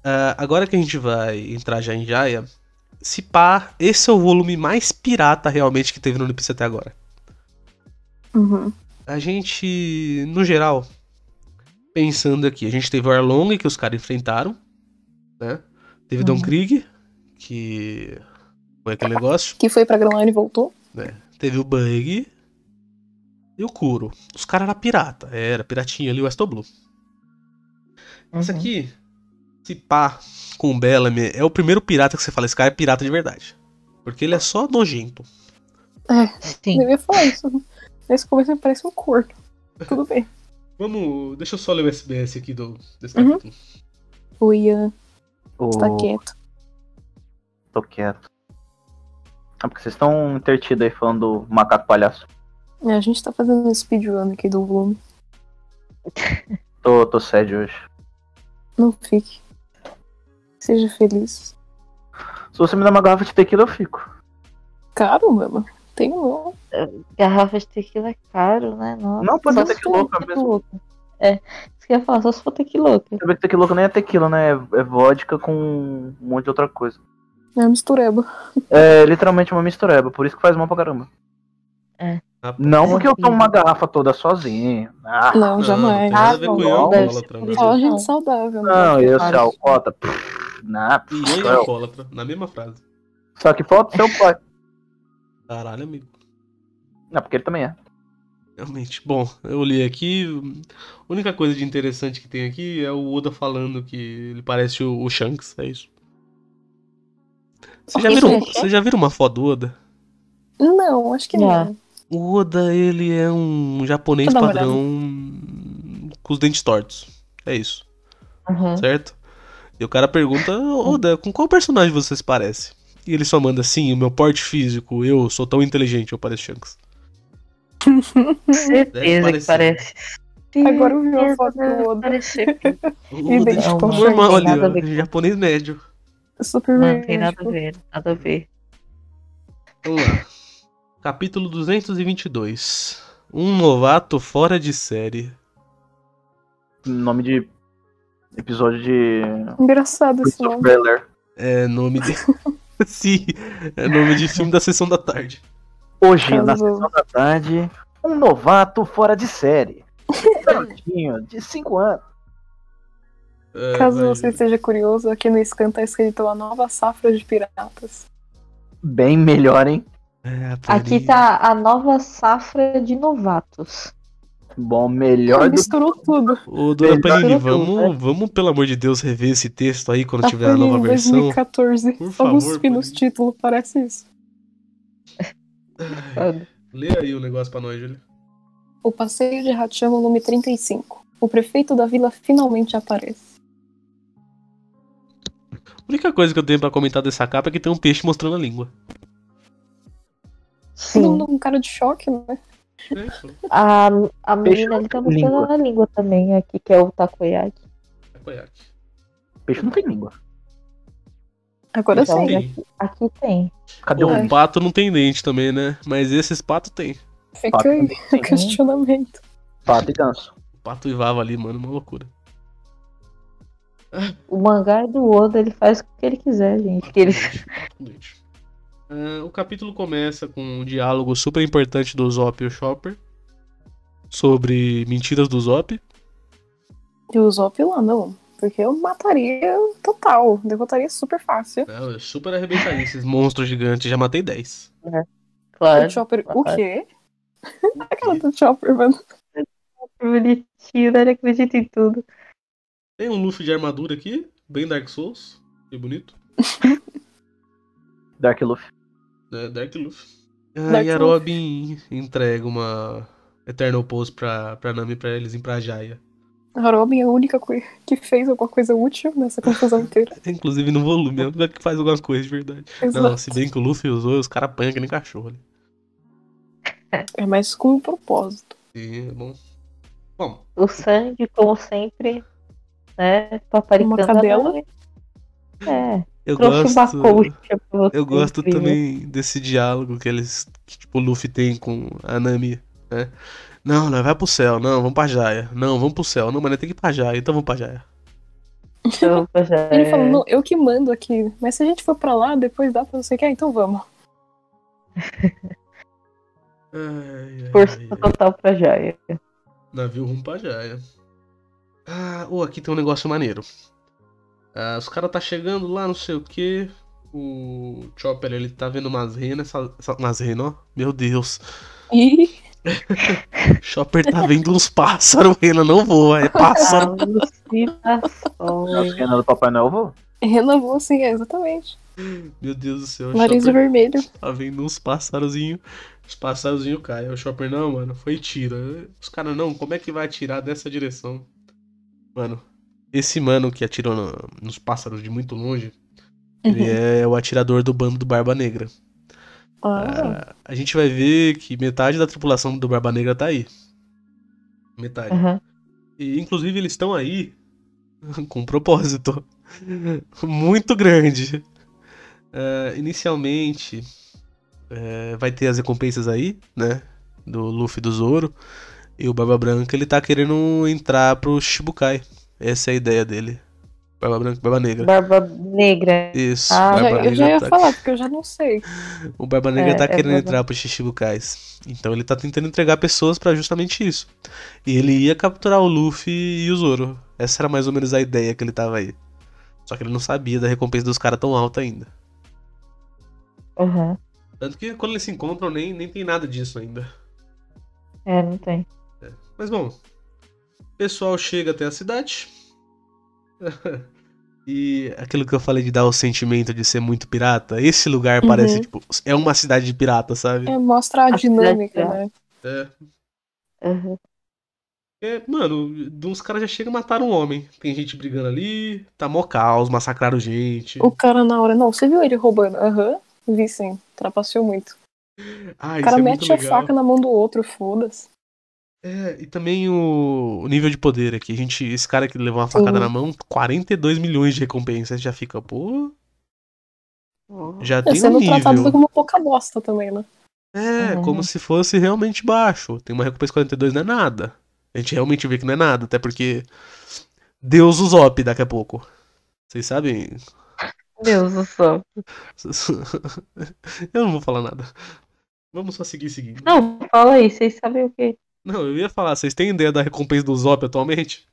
Ah, agora que a gente vai entrar já em Jaya, se pá, esse é o volume mais pirata realmente que teve no Olympics até agora. Uhum. A gente, no geral, pensando aqui, a gente teve o Arlong que os caras enfrentaram, né? Teve Don Uhum. Krieg, que foi aquele negócio. Que foi pra Granline e voltou. Teve o Bug e o Kuro. Os caras eram pirata, era piratinha ali, o Astoblu. Isso Uhum. aqui, se pá com o Bellamy, é o primeiro pirata que você fala, esse cara é pirata de verdade. Porque ele é só nojento. Uhum. Sim. Eu ia falar [LAUGHS] isso. Nesse começo ele parece um corno. Tudo bem. Vamos, deixa eu só ler o SBS aqui do, desse Uhum. capítulo. O Ian Ô, tá está quieto. Tô quieto. Ah, porque vocês estão entretidos aí falando do macaco palhaço. É, a gente tá fazendo um speedrun aqui do volume. Tô, tô sede hoje. Não fique. Seja feliz. Se você me dá uma garrafa de tequila, eu fico. Caro, mano. Tem um não. Garrafa de tequila é caro, né? Nossa, Não, pode só ser se tequila for louca tequila mesmo. louca. É, isso que eu ia falar, só se for tequila louca. Saber que tequila nem é tequila, né? É- É vodka com um monte de outra coisa. É mistureba. É literalmente uma mistureba, por isso que faz mal pra caramba. Rapaz, Não É porque eu tomo horrível. uma garrafa toda sozinho. Ah, Não, não, jamais. Não tem nada a ver Ah, com não, álcool, deve ser alcoólatra, por né? isso. Só Não. gente saudável. né? não, eu sou Para. alcoólatra. pff, Nah, E pff, ele é não. alcoólatra, na mesma frase. Só que falta o seu pai. Caralho, amigo. Não, porque ele também é. Realmente. Bom, eu li aqui. A única coisa de interessante que tem aqui é o Oda falando que ele parece o, o Shanks, é isso. Você já, Isso viram, um, é você já viram uma foto do Oda? Não, acho que não. O Oda, ele é um japonês Deixa Tá eu dar uma padrão com os dentes tortos. É isso, Uhum. certo? E o cara pergunta, "Ô, Oda, com qual personagem você se parece? E ele só manda assim, o meu porte físico, eu sou tão inteligente, eu pareço Shanks. Certeza que parece. Agora eu vi uma Certeza foto do deve Oda. [LAUGHS] parecer. O Oda é Idêntico tipo ao Shanks. normal ali, Nada a ó, ver com- japonês médio. é Super Não tem nada verídico. a ver, nada a ver. Vamos lá. Capítulo 222. Um novato fora de série. Nome de episódio de. Engraçado esse nome. Trailer. É nome [LAUGHS] de... [LAUGHS] Sim, é nome de filme da sessão da tarde. Hoje, na Arrasou. sessão da tarde, um novato fora de série. Um garotinho de 5 anos. É, Caso vai- você esteja curioso, aqui no scan tá escrito a nova safra de piratas. Bem melhor, hein? É, peraí. Aqui tá a nova safra de novatos. Bom, melhor do que. Misturou tudo. Ô, Dona Bem, Panini, tá- vamos, vamos, pelo amor de Deus, rever esse texto aí quando Tá tiver a Panini nova versão. 2014. Por Só nos favor, pinos Panini. título, parece isso. Foda. Lê aí o negócio pra nós, Júlio. O passeio de Hachan, volume 35. O prefeito da vila finalmente aparece. A única coisa que eu tenho pra comentar dessa capa é que tem um peixe mostrando a língua. Todo Sim. mundo com cara de choque, né? É, A, a Peixe menina não ali tá tem mostrando língua. a língua também aqui, que é o takoyaki. é Koyaki. Peixe não tem língua. Tá Agora Então, sim. Tem. aqui, aqui tem. Cadê o O É. pato não tem dente também, né? Mas esses patos tem. Fica pato? aí também? o questionamento. Pato e ganso. O pato e vava ali, mano, uma loucura. O mangá é do Oda, ele faz o que ele quiser, gente. Que ele... [LAUGHS] Exatamente. Ah, o capítulo começa com um diálogo super importante do Zop e o Chopper sobre mentiras do Zop. E o Zop lá, não. Porque eu mataria total. Derrotaria super fácil. Não, eu super arrebentaria esses monstros gigantes, já matei 10. Claro. o Chopper, o claro. quê? é Aquela do Chopper, mano. Bonitinho, né? Ele acredita em tudo. Tem um Luffy de armadura aqui, bem Dark Souls, que bonito. Dark Luffy. né? Dark Luffy. Dark e a Luffy. Robin entrega uma Eternal Pose pra, pra Nami pra eles ir pra Jaya. A Robin é a única coi- que fez alguma coisa útil nessa confusão inteira. Inclusive no volume, é a única que faz alguma coisa de verdade. [LAUGHS] Não, Exato. se bem que o Luffy usou, os caras apanham que nem cachorro ali. É mais com um propósito. Sim, é bom. Bom, O Sandy, como sempre, né? Paparicando. Uma cadela. a Nami. É, eu trouxe gosto. uma coxa pra você. Eu gosto incrível. também desse diálogo que eles, que, tipo, o Luffy tem com a Nami, né? Não, não, vai pro céu, não, vamos pra Jaya. Não, vamos pro céu, não, mas tem que ir pra Jaya, então vamos pra Jaya. Então, pois é. [LAUGHS] Ele falou, não, eu que mando aqui. Mas se a gente for pra lá, depois dá pra você quer, então vamos. Força total [LAUGHS] pra Jaya. Navio rumo pra Jaya. Ah, ô, aqui tem um negócio maneiro. Ah, os caras tá chegando lá, não sei o que. O Chopper, ele tá vendo umas renas, essa- essa- umas renas, ó. Meu Deus. E [LAUGHS] Chopper tá vendo uns pássaros, [LAUGHS] rena não voa, é pássaro. A Alucinações. cena do é Papai Noel vou. renovou assim, é, exatamente. Meu Deus do céu, Nariz Chopper. vermelho. Tá vendo uns passarozinhos. Os passarozinhos caem. Aí O Chopper, não, mano, foi tiro. Os caras, não, como é que vai atirar dessa direção? Mano, esse mano que atirou no- nos pássaros de muito longe, ele é o atirador do bando do Barba Negra. [LAUGHS] Ah, A gente vai ver que metade da tripulação do Barba Negra tá aí. Metade. Uhum. [LAUGHS] Aham. E, inclusive, eles estão aí [LAUGHS] com um propósito [LAUGHS] muito grande. É, inicialmente, é, vai ter as recompensas aí, né? Do Luffy e do Zoro. E o Barba Branca, ele tá querendo entrar pro Shibukai. Essa é a ideia dele. Barba Branca e Barba Negra. Barba Negra. Isso, Ah, Barba já- eu já Negra ia tá- falar, porque eu já não sei. o Barba Negra É, tá é querendo verdade. entrar pro Shichibukais. Então ele tá tentando entregar pessoas pra justamente isso. E ele ia capturar o Luffy e o Zoro. Essa era mais ou menos a ideia que ele tava aí. Só que ele não sabia da recompensa dos caras tão alta ainda. Aham. Tanto que quando eles se encontram, nem, nem tem nada disso ainda. É, não tem. Mas bom, o pessoal chega até a cidade. [LAUGHS] e aquilo que eu falei de dar o sentimento de ser muito pirata, esse lugar Uhum. parece, tipo, é uma cidade de pirata, sabe? É, mostra a A dinâmica, cidade né? É. Aham. É, mano, de uns caras já chegam e mataram um homem. Tem gente brigando ali, tá mó caos, massacraram gente. O cara na hora, não, você viu ele roubando? Aham, vi sim, trapaceou muito. Ah, O isso cara é muito mete a legal. faca na mão do outro, foda-se. É, e também o, o nível de poder aqui. A gente, esse cara que levou uma facada Sim. na mão, 42 milhões de recompensas, já fica, pô, já É tem um sendo tratado nível. como pouca bosta também, né? É, Uhum. como se fosse realmente baixo. Tem uma recompensa de 42, não é nada. A gente realmente vê que não é nada, até porque Deus os op daqui a pouco. Vocês sabem Deus do céu. [LAUGHS] Eu não vou falar nada. Vamos só seguir seguindo. Não, fala aí, vocês sabem o quê? Não, eu ia falar, vocês têm ideia da recompensa do Zop atualmente?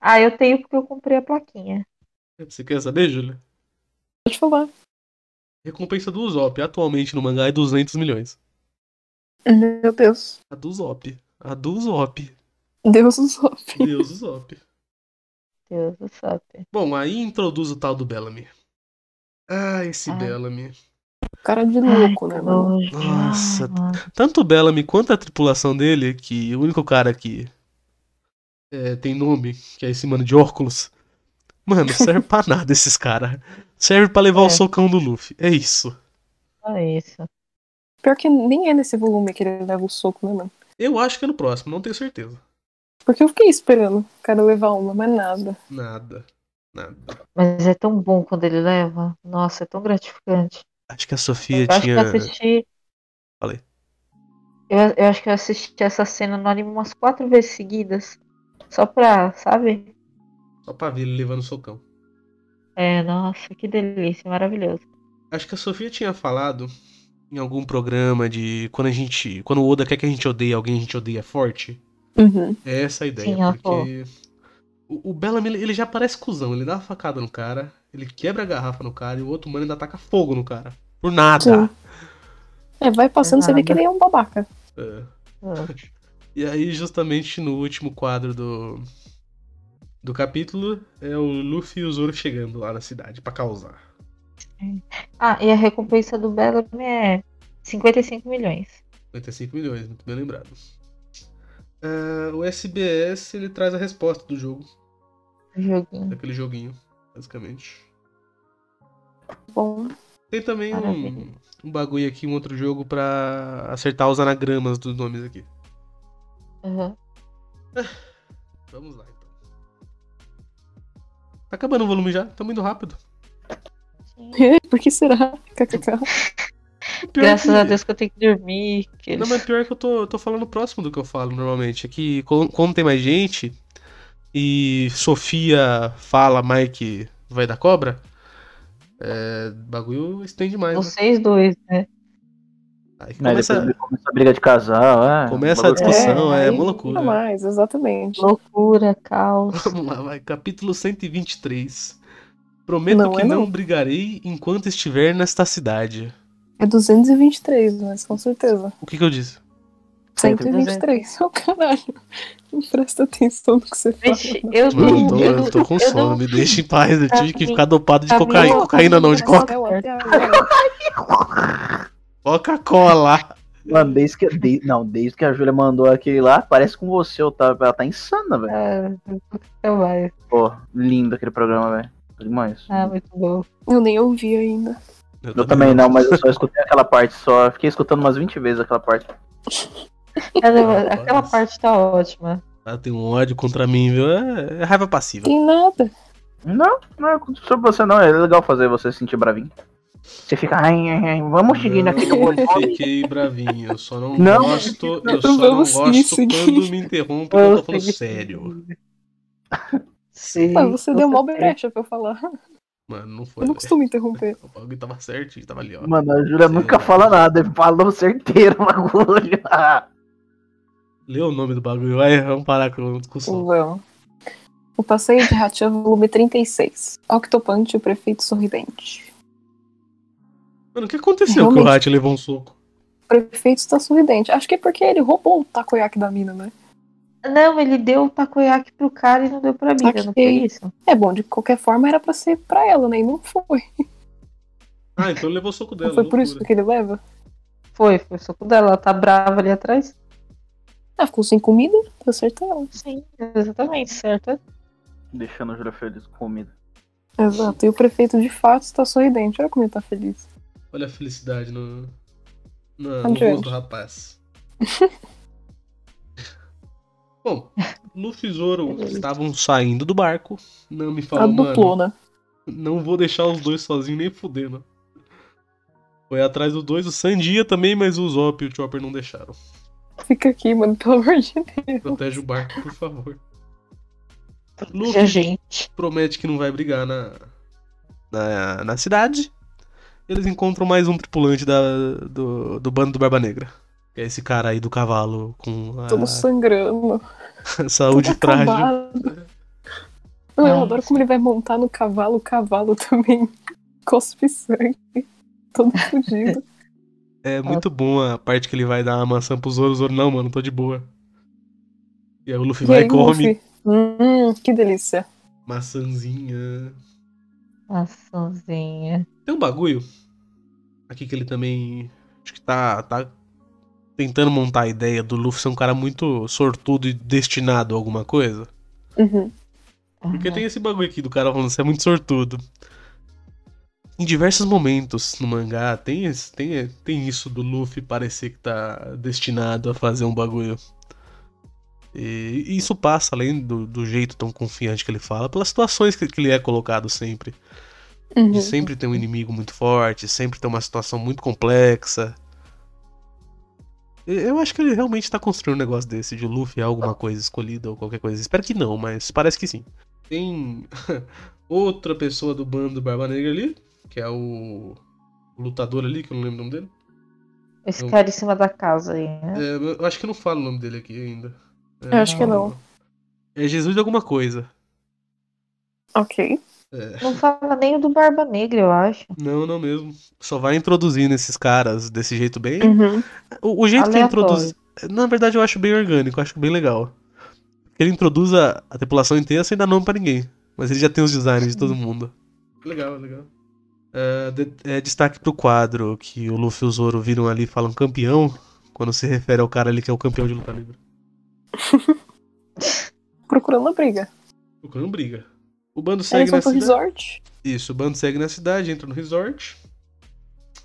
Ah, eu tenho porque eu comprei a plaquinha. Você quer saber, Júlia? Pode falar. Recompensa do Zop atualmente no mangá é 200 milhões. Meu Deus. A do Zop. A do Zop. Deus do céu. Deus do Zop. Deus do céu. Bom, aí introduz o tal do Bellamy. Ah, esse Ah. Bellamy. Cara de louco, tá né, mano? Nojo. Nossa. Tanto o Bellamy quanto a tripulação dele, que o único cara que é, tem nome, que é esse mano de óculos, mano, serve pra nada esses caras. Serve pra levar É. o socão do Luffy. É isso. Olha isso. Pior que nem é nesse volume que ele leva o soco, né, mano? Eu acho que é no próximo, não tenho certeza. Porque eu fiquei esperando o cara levar uma, mas nada. Nada. Nada. Mas é tão bom quando ele leva. Nossa, é tão gratificante. Acho que a Sofia eu acho que eu tinha. assisti. Falei. Eu, eu acho que eu assisti essa cena no anime umas quatro vezes seguidas. Só pra, sabe? Só pra ver ele levando o socão. É, nossa, que delícia, maravilhoso. Acho que a Sofia tinha falado em algum programa de quando a gente. Quando o Oda quer que a gente odeie alguém, a gente odeia forte. Uhum. É essa a ideia, Sim, ela porque o, o Bellamy, ele ele já parece cuzão, ele dá uma facada no cara, ele quebra a garrafa no cara e o outro mano ainda taca fogo no cara. Por nada. Sim. É, vai passando, você vê Nada. que ele é um babaca. É. Ah, E aí, justamente no último quadro do, do capítulo, é o Luffy e o Zoro chegando lá na cidade pra causar. Ah, e a recompensa do Bellamy é 55 milhões. 55 milhões, muito bem lembrado. Ah, o SBS, ele traz a resposta do jogo, O joguinho. daquele joguinho, basicamente. Bom, [LAUGHS] Tem também um, Maravilha. um bagulho aqui, um outro jogo pra acertar os anagramas dos nomes aqui. Aham. Vamos lá, então. Tá acabando o volume já? Tamo indo rápido. por que será? KKK. Pior Graças que- a Deus que eu tenho que dormir. Que Não, mas pior que eu tô, eu tô falando próximo do que eu falo normalmente. É que co- como tem mais gente e Sofia fala mais que vai dar cobra, é, bagulho estende mais. Né? Vocês dois, né? Aí Né? Depois começa, ele começa a briga de casal. ah, começa a bagulho- discussão, é, aí mó Nunca loucura. mais, exatamente. Loucura, caos. Vamos lá, vai. Capítulo 123. Prometo Não que é não, não. brigarei enquanto estiver nesta cidade. É 223, mas com certeza. O que que eu disse? 123, [LAUGHS] oh, caralho. Não presta atenção no que você fala. Gente, eu Mano, não. eu tô, eu tô com eu sono, não- me deixa em paz. Eu Pra tive que mim- ficar dopado de pra mim, cocaína. eu- Cocaína não, de Nossa, coca. até agora. Coca-Cola. assim. Mano, desde que, de- não, desde que a Júlia mandou aquele lá, parece com você, Otávio. Ela tá insana, velho. Ah, até mais. Pô, lindo aquele programa, velho. Demais. Ah, muito bom. Eu nem ouvi ainda. Eu também não, mas eu só escutei aquela parte só. Fiquei escutando umas 20 vezes aquela parte. Ela- aquela Rapaz. parte tá ótima. Ela tem um ódio contra mim, viu? É, é raiva passiva. Tem nada. Não, não é sobre você não. É legal fazer você se sentir bravinho. Você fica, ai, ai, ai, vamos seguir Não, aqui que eu vou eu embora." fiquei bravinho. Eu só não, Não. gosto. Eu Não, só não vamos gosto seguir, seguir. quando me interrompem quando eu tô falando Consegui. sério. Sim. Mas você deu mó com certeza. brecha pra eu falar. Mano, não foi. Eu velho. não costumo interromper. O bagulho tava certinho, tava ali, ó. Mano, a Júlia Sei nunca lá. fala nada. Falou certeiro o bagulho. [LAUGHS] Ah, Lê o nome do bagulho, vai, vamos parar com a discussão. Vamos. O Passeio de Hatchan, volume 36. Octopante, o prefeito sorridente. Mano, o que aconteceu que o Realmente. Hat levou um soco? O prefeito está sorridente. Acho que é porque ele roubou o takoyaki da mina, né? Não, ele deu o takoyaki pro cara e não deu pra mim. Não foi Ok. isso? É bom, de qualquer forma era pra ser pra ela, né? E não foi. Ah, então ele levou o soco dela. Não foi por isso loucura. que ele leva? Foi, foi o soco dela. Ela tá brava ali atrás. Ah, ficou sem comida? Tá certo ela. Sim, exatamente, certo? Deixando a Júlia feliz com comida. Exato. E o prefeito de fato está sorridente. Olha como ele tá feliz. Olha a felicidade no, no, no Onde é? rosto do [LAUGHS] rapaz. Bom, Luffy e Zoro Beleza. estavam saindo do barco. Nami A falou, mano, Tá duplona. não vou deixar os dois sozinhos nem fudendo. Foi atrás dos dois, o Sandia também, mas o Zop e o Chopper não [LAUGHS] deixaram. Fica aqui, mano, pelo amor de Deus. Protege o barco, por favor. Proteja a gente. Promete que não vai brigar na, na, na cidade. Eles encontram mais um tripulante da, do, do bando do Barba Negra. Que é esse cara aí do cavalo com a, Todo sangrando. [LAUGHS] Saúde todo frágil. acabado. Não, eu Nossa. adoro como ele vai montar no cavalo, o cavalo [LAUGHS] também cospe sangue. Todo fudido. É muito bom a parte que ele vai dar uma maçã pro Zoro. Zoro, não, mano, tô de boa. E aí o Luffy [LAUGHS] vai e come Luffy? Hum, que delícia. maçãzinha. Maçãzinha. Tem um bagulho aqui que ele também acho que tá, tá tentando montar a ideia do Luffy ser um cara muito sortudo e destinado a alguma coisa. Uhum. Porque tem esse bagulho aqui do cara falando você é muito sortudo. Em diversos momentos no mangá tem, esse- tem, tem isso do Luffy parecer que tá destinado a fazer um bagulho. E isso passa, além do, do jeito tão confiante que ele fala, pelas situações que, que ele é colocado sempre. Uhum. De sempre ter um inimigo muito forte, sempre ter uma situação muito complexa. E Eu acho que ele realmente tá construindo um negócio desse, de Luffy é alguma coisa escolhida ou qualquer coisa. Espero que não, mas parece que sim. Tem [LAUGHS] outra pessoa do bando do Barba Negra ali, que é o o lutador ali, que eu não lembro o nome dele. Esse cara em cima da casa aí, né? É, eu acho que eu não falo o nome dele aqui ainda. É, Eu acho que não. É Jesus de alguma coisa. Ok. É, Não fala nem o do Barba Negra, eu acho. não, não mesmo. Só vai introduzindo esses caras desse jeito bem Uhum. O, o jeito que ele Aleatório. introduz. Na verdade, eu acho bem orgânico, eu acho bem legal. Ele introduz a, a tripulação inteira sem dar nome pra ninguém. Mas ele já tem os designs de Uhum. todo mundo. Legal, legal. destaque pro quadro que o Luffy e o Zoro viram ali e falam campeão. Quando se refere ao cara ali que é o campeão de luta livre. Procurando a briga. O cara não briga. O bando Eles segue vão na pro cidade. resort. Isso, o bando segue na cidade, entra no resort.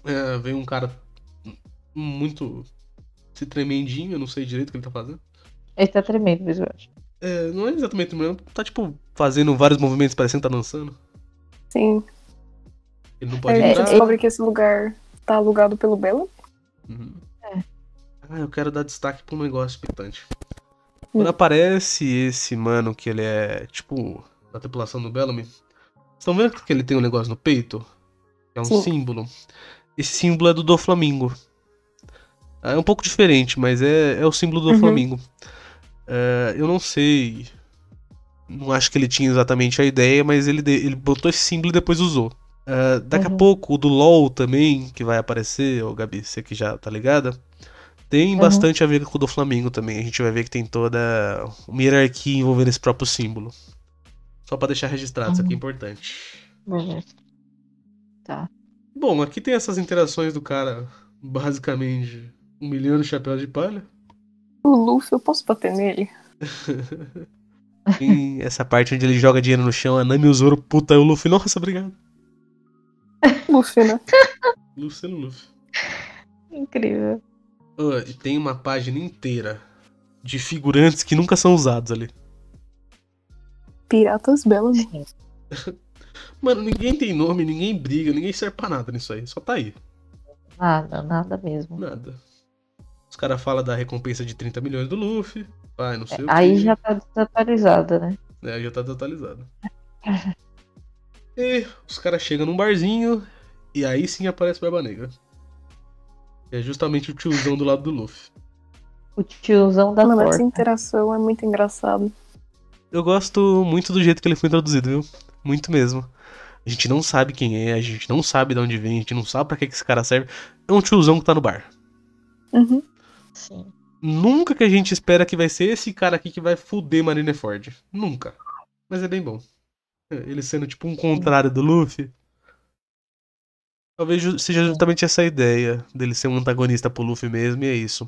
É, vem um cara muito se tremendinho, eu não sei direito o que ele tá fazendo. Ele tá tremendo, mesmo, eu acho. É, não é exatamente o mesmo. Tá, tipo, fazendo vários movimentos parecendo que tá dançando. Sim. Ele não Aí pode a gente entrar. descobre que esse lugar tá alugado pelo Belo. Uhum. Ah, eu quero dar destaque pra um negócio importante. Hum. Quando aparece esse mano que ele é, tipo, da tripulação do Bellamy. Vocês estão vendo que ele tem um negócio no peito? É um Sim. símbolo. Esse símbolo é do do Flamingo. É um pouco diferente, mas é, é o símbolo do Uhum. Flamingo. Eh, eu não sei. Não acho que ele tinha exatamente a ideia, mas ele, de- ele botou esse símbolo e depois usou. Ah, daqui a Uhum. pouco, o do LOL também, que vai aparecer, ô Gabi, você que já tá ligada, tem Uhum. bastante a ver com o do Flamengo também. A gente vai ver que tem toda uma hierarquia envolvendo esse próprio símbolo. Só pra deixar registrado, isso aqui é importante. Beleza. Bom, aqui tem essas interações do cara, basicamente, humilhando o chapéu de palha. O Luffy, eu posso bater nele? Tem essa parte onde ele joga dinheiro no chão, a Nami e o Zoro, puta, e o Luffy, nossa, obrigado. Luffy, né? Luffy sendo Luffy. Incrível. Ah, e tem uma página inteira de figurantes que nunca são usados ali. Piratas Belo. né? Mano, ninguém tem nome, ninguém briga, ninguém serve pra nada nisso aí. Só tá aí. Nada, nada mesmo. Nada. Os caras falam da recompensa de 30 milhões do Luffy. Pai, não sei o Aí quê. já tá desatualizada, né? É, já tá totalizado. e os caras chegam num barzinho e aí sim aparece o Barba Negra. É justamente o tiozão do lado do Luffy. O tiozão da Mano, essa torta. interação é muito engraçada. Eu gosto muito do jeito que ele foi introduzido, viu? Muito mesmo. A gente não sabe quem é, a gente não sabe de onde vem, a gente não sabe pra que, que esse cara serve. É um tiozão que tá no bar. Uhum. Sim. Nunca que a gente espera que vai ser esse cara aqui que vai fuder Marineford. Nunca. Mas é bem bom. É, Ele sendo tipo um contrário do Luffy. Talvez ju- seja justamente essa a ideia dele ser um antagonista pro Luffy mesmo, e é isso.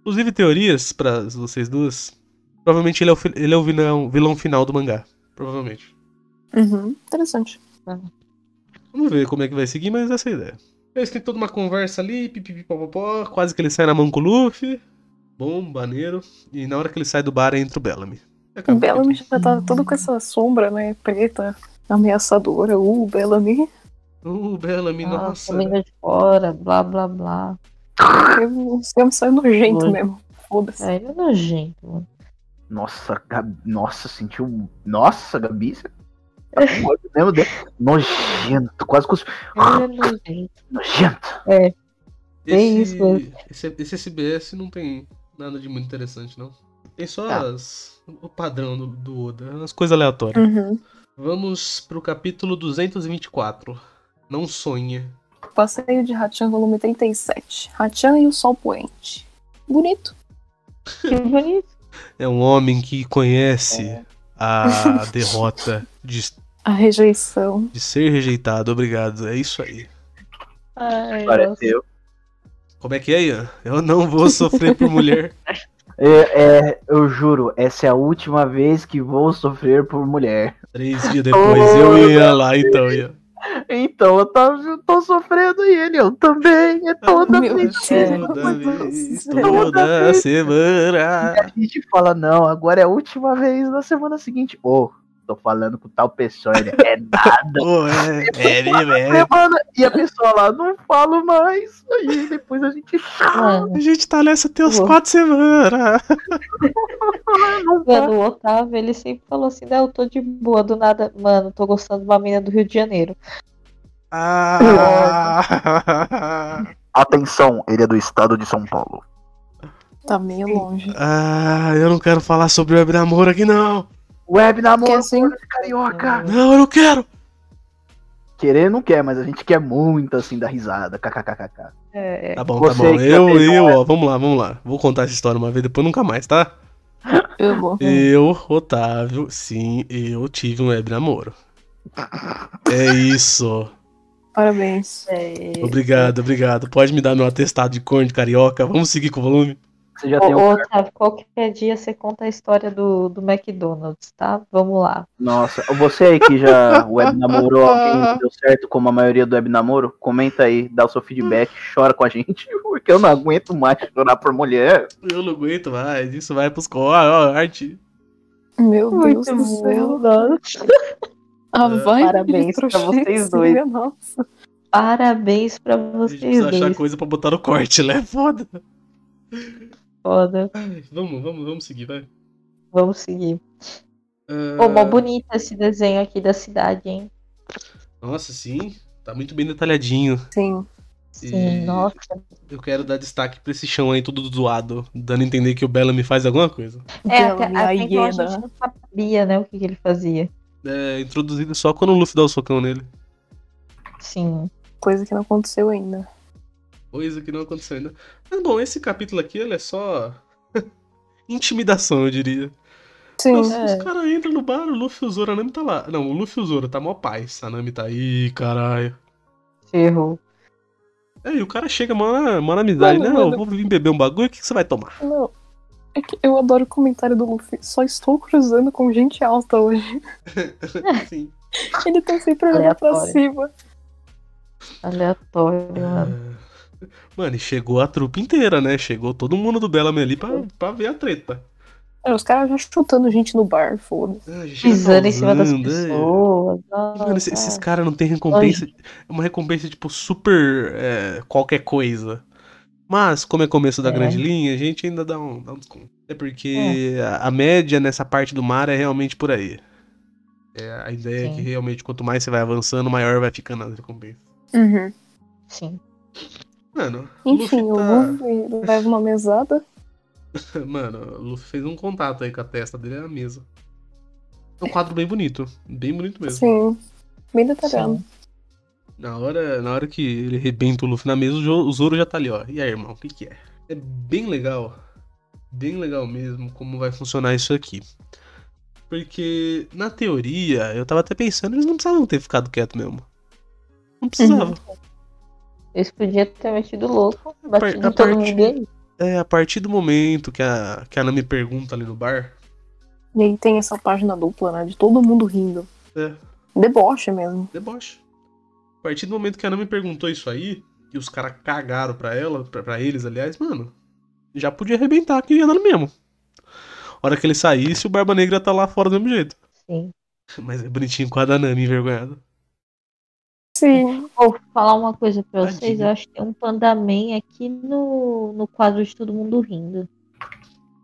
Inclusive, teorias pra vocês duas. Provavelmente ele é o, fi- ele é o vilão, vilão final do mangá. Provavelmente. Uhum. Interessante. Vamos ver como é que vai seguir, mas essa é a ideia. Eles têm toda uma conversa ali, pipipipopopó, quase que ele sai na mão com o Luffy. Bom, baneiro. E na hora que ele sai do bar, entra o Bellamy. E O acaba Bellamy já tá todo com essa sombra, né? Preta, ameaçadora. Uh, o Bellamy. aqui. Uh, Bellamy, Ah, nossa. comida de fora, blá blá blá. O Sam sai nojento Oi. mesmo. Foda-se. É, ele é nojento, mano. Nossa, Gabi, nossa, sentiu. Nossa, Gabi, você tá com ódio mesmo dele. Nojento, quase cuspi. Ele é nojento. Nojento. Esse, bem isso mesmo. esse, esse SBS não tem nada de muito interessante, não. Tem só Tá. as- o padrão do, do Oda, as É coisas aleatórias. Uhum. Vamos pro capítulo 224. Não sonha. Passeio de Hachan, volume 37. Hachan e o Sol Poente. Bonito. Que bonito. É um homem que conhece a derrota de A rejeição. De ser rejeitado, obrigado. É isso aí. Ai, nossa. Parece eu. Como é que é, Ian? Eu não vou sofrer por mulher. É, é, eu juro, essa é a última vez que vou sofrer por mulher. [LAUGHS] Três dias depois eu ia lá, então, Ian. Então eu tô, eu tô sofrendo e ele, eu também, é toda Meu vez. Deus. Toda vez, Toda toda vez. semana. A gente fala, não, agora é a última vez na semana seguinte. Ô, tô falando com tal pessoa, ele é [LAUGHS] nada. Pô, é, é, é, é. Semana, e a pessoa lá, não falo mais. Aí depois a gente [LAUGHS] Mano, A gente tá nessa até os Pô. quatro semanas. não mano, o Otávio, ele sempre falou assim, né, eu tô de boa, do nada, mano, tô gostando de uma menina do Rio de Janeiro. Ah, Atenção, ele é do estado de São Paulo. Tá meio longe. ah, eu não quero falar sobre web namoro aqui, não. Web Quer namoro sim? de carioca. Não, eu não quero. Querer não quer, mas a gente quer muito assim da risada. KKKKK. É, Tá bom, tá Você bom. que Eu, também eu, não ó, vamos lá, vamos lá. Vou contar essa história uma vez, depois nunca mais, tá? Eu vou. Eu, Otávio, sim, eu tive um web namoro. É isso. Parabéns. é, Obrigado, obrigado. Pode me dar meu atestado de corno de carioca? Vamos seguir com o volume? Você já Ô, tem ô, um. Otávio, qualquer dia você conta a história do, do McDonald's, tá? Vamos lá. Nossa, você aí que já [LAUGHS] web namorou alguém e deu certo, como a maioria do web namoro, comenta aí, dá o seu feedback, chora com a gente, [LAUGHS] porque eu não aguento mais chorar por mulher. Eu não aguento mais. Isso vai pros co... ó, ó, arte. Meu Deus do É. céu. A vibe Parabéns de pra vocês trouxeira, dois. Nossa. Parabéns pra A gente vocês precisa achar dois. coisa pra botar no corte, né? Foda. Foda. Ai, vamos, vamos, vamos seguir, vai. Vamos seguir. Ah, Ô, mó bonito esse desenho aqui da cidade, hein? Nossa, sim. Tá muito bem detalhadinho. Sim. Sim, E- nossa. Eu quero dar destaque pra esse chão aí todo zoado, dando a entender que o Bella me faz alguma coisa. É, Bela, até, minha até então a hiena. gente não sabia, né, o que, que ele fazia. É introduzido só quando o Luffy dá o socão nele. Sim. Coisa que não aconteceu ainda. Coisa que não aconteceu ainda. Mas bom, esse capítulo aqui, ele é só. [LAUGHS] Intimidação, eu diria. Sim. Os, É. os caras entram no bar, o Luffy e o Zoro, a Nami tá lá. Não, o Luffy e o Zoro tá mó paz. A Nami tá aí, caralho. Ferrou. É, e o cara chega, mó mó na amizade, Mano, né? mano. Eu vou vir beber um bagulho, o que, que você vai [LAUGHS] tomar? Não. É que eu adoro o comentário do Luffy. Só estou cruzando com gente alta hoje. Sim. Ele tá sempre olhando pra Aleatório. cima. Aleatório, mano. Ah, Mano, e chegou a trupe inteira, né? Chegou todo mundo do Bellamy ali pra, pra ver a treta. É, os caras já chutando gente no bar, foda-se. Ah, já chega Pisando em cima das causando, é. pessoas. Mano, nossa. esse- esses caras não tem recompensa. É uma recompensa, tipo, super é, qualquer coisa. Mas, como é começo da É. grande linha, a gente ainda dá um, dá um desconto. É porque a, a média nessa parte do mar é realmente por aí. É, a ideia é que Sim. realmente quanto mais você vai avançando, maior vai ficando a recompensa. Uhum. Sim. Mano, o Luffy Enfim, o tá... Luffy leva uma mesada. [LAUGHS] Mano, o Luffy fez um contato aí com a testa dele na mesa. É um quadro bem bonito. Bem bonito mesmo. Sim. Bem assim, detalhado. sim. Na hora, na hora que ele arrebenta o Luffy na mesa, o Jo- o Zoro já tá ali, ó. E aí, irmão, o que que é? É bem legal, bem legal mesmo como vai funcionar isso aqui. Porque, na teoria, eu tava até pensando, eles não precisavam ter ficado quieto mesmo. Não precisavam. Eles podiam ter metido louco, par- batido a em todo parte- mundo aí. É, a partir do momento que a, que a Nami pergunta ali no bar, E aí tem essa página dupla, né? De todo mundo rindo. É. Deboche mesmo. deboche. A partir do momento que a Nami perguntou isso aí, e os caras cagaram pra ela, pra, pra eles, aliás, mano, já podia arrebentar aqui andando mesmo. A hora que ele saísse, o Barba Negra tá lá fora do mesmo jeito. [LAUGHS] Sim. Mas é bonitinho com a da Nami envergonhada. Sim. Vou falar uma coisa pra vocês. Tadinho. Eu acho que tem um pandaman aqui no, no quadro de todo mundo rindo.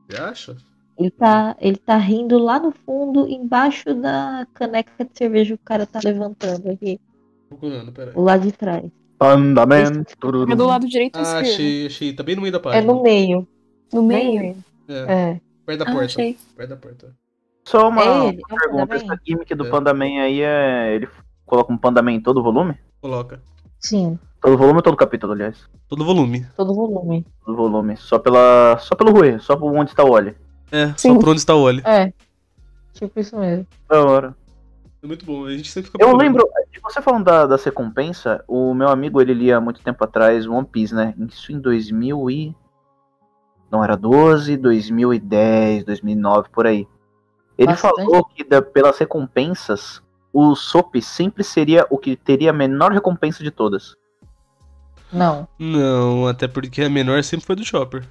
Você acha? Ele tá, ele tá rindo lá no fundo, embaixo da caneca de cerveja que o cara tá levantando aqui, Procurando, peraí. lá de trás. Pandaman. É do lado direito e Ah, esquerdo. achei, achei. Tá bem no meio da É página. no meio. No meio. É, É. perto da Ah, porta. achei. Perto da porta. Só uma É ele, é o pergunta. Pandaman? Essa gimmick do É. Pandaman aí é. Ele coloca um Pandaman em todo o volume? Coloca. Sim, Todo volume ou todo capítulo, aliás? Todo volume. todo volume. Todo volume. Só pela. Só pelo Rui, só por onde está o Oli. É, Sim. só pra onde está o olho. É. Tipo isso mesmo. Da hora. É muito bom, a gente sempre fica Eu procurando. lembro, de você falando da, das recompensa, o meu amigo ele lia há muito tempo atrás One Piece, né? Isso em 2000 e. Não, era 12, 2010, 2009, por aí. Ele Bastante. falou que da- pelas recompensas, o SOP sempre seria o que teria a menor recompensa de todas. Não. Não, até porque a menor sempre foi do Chopper.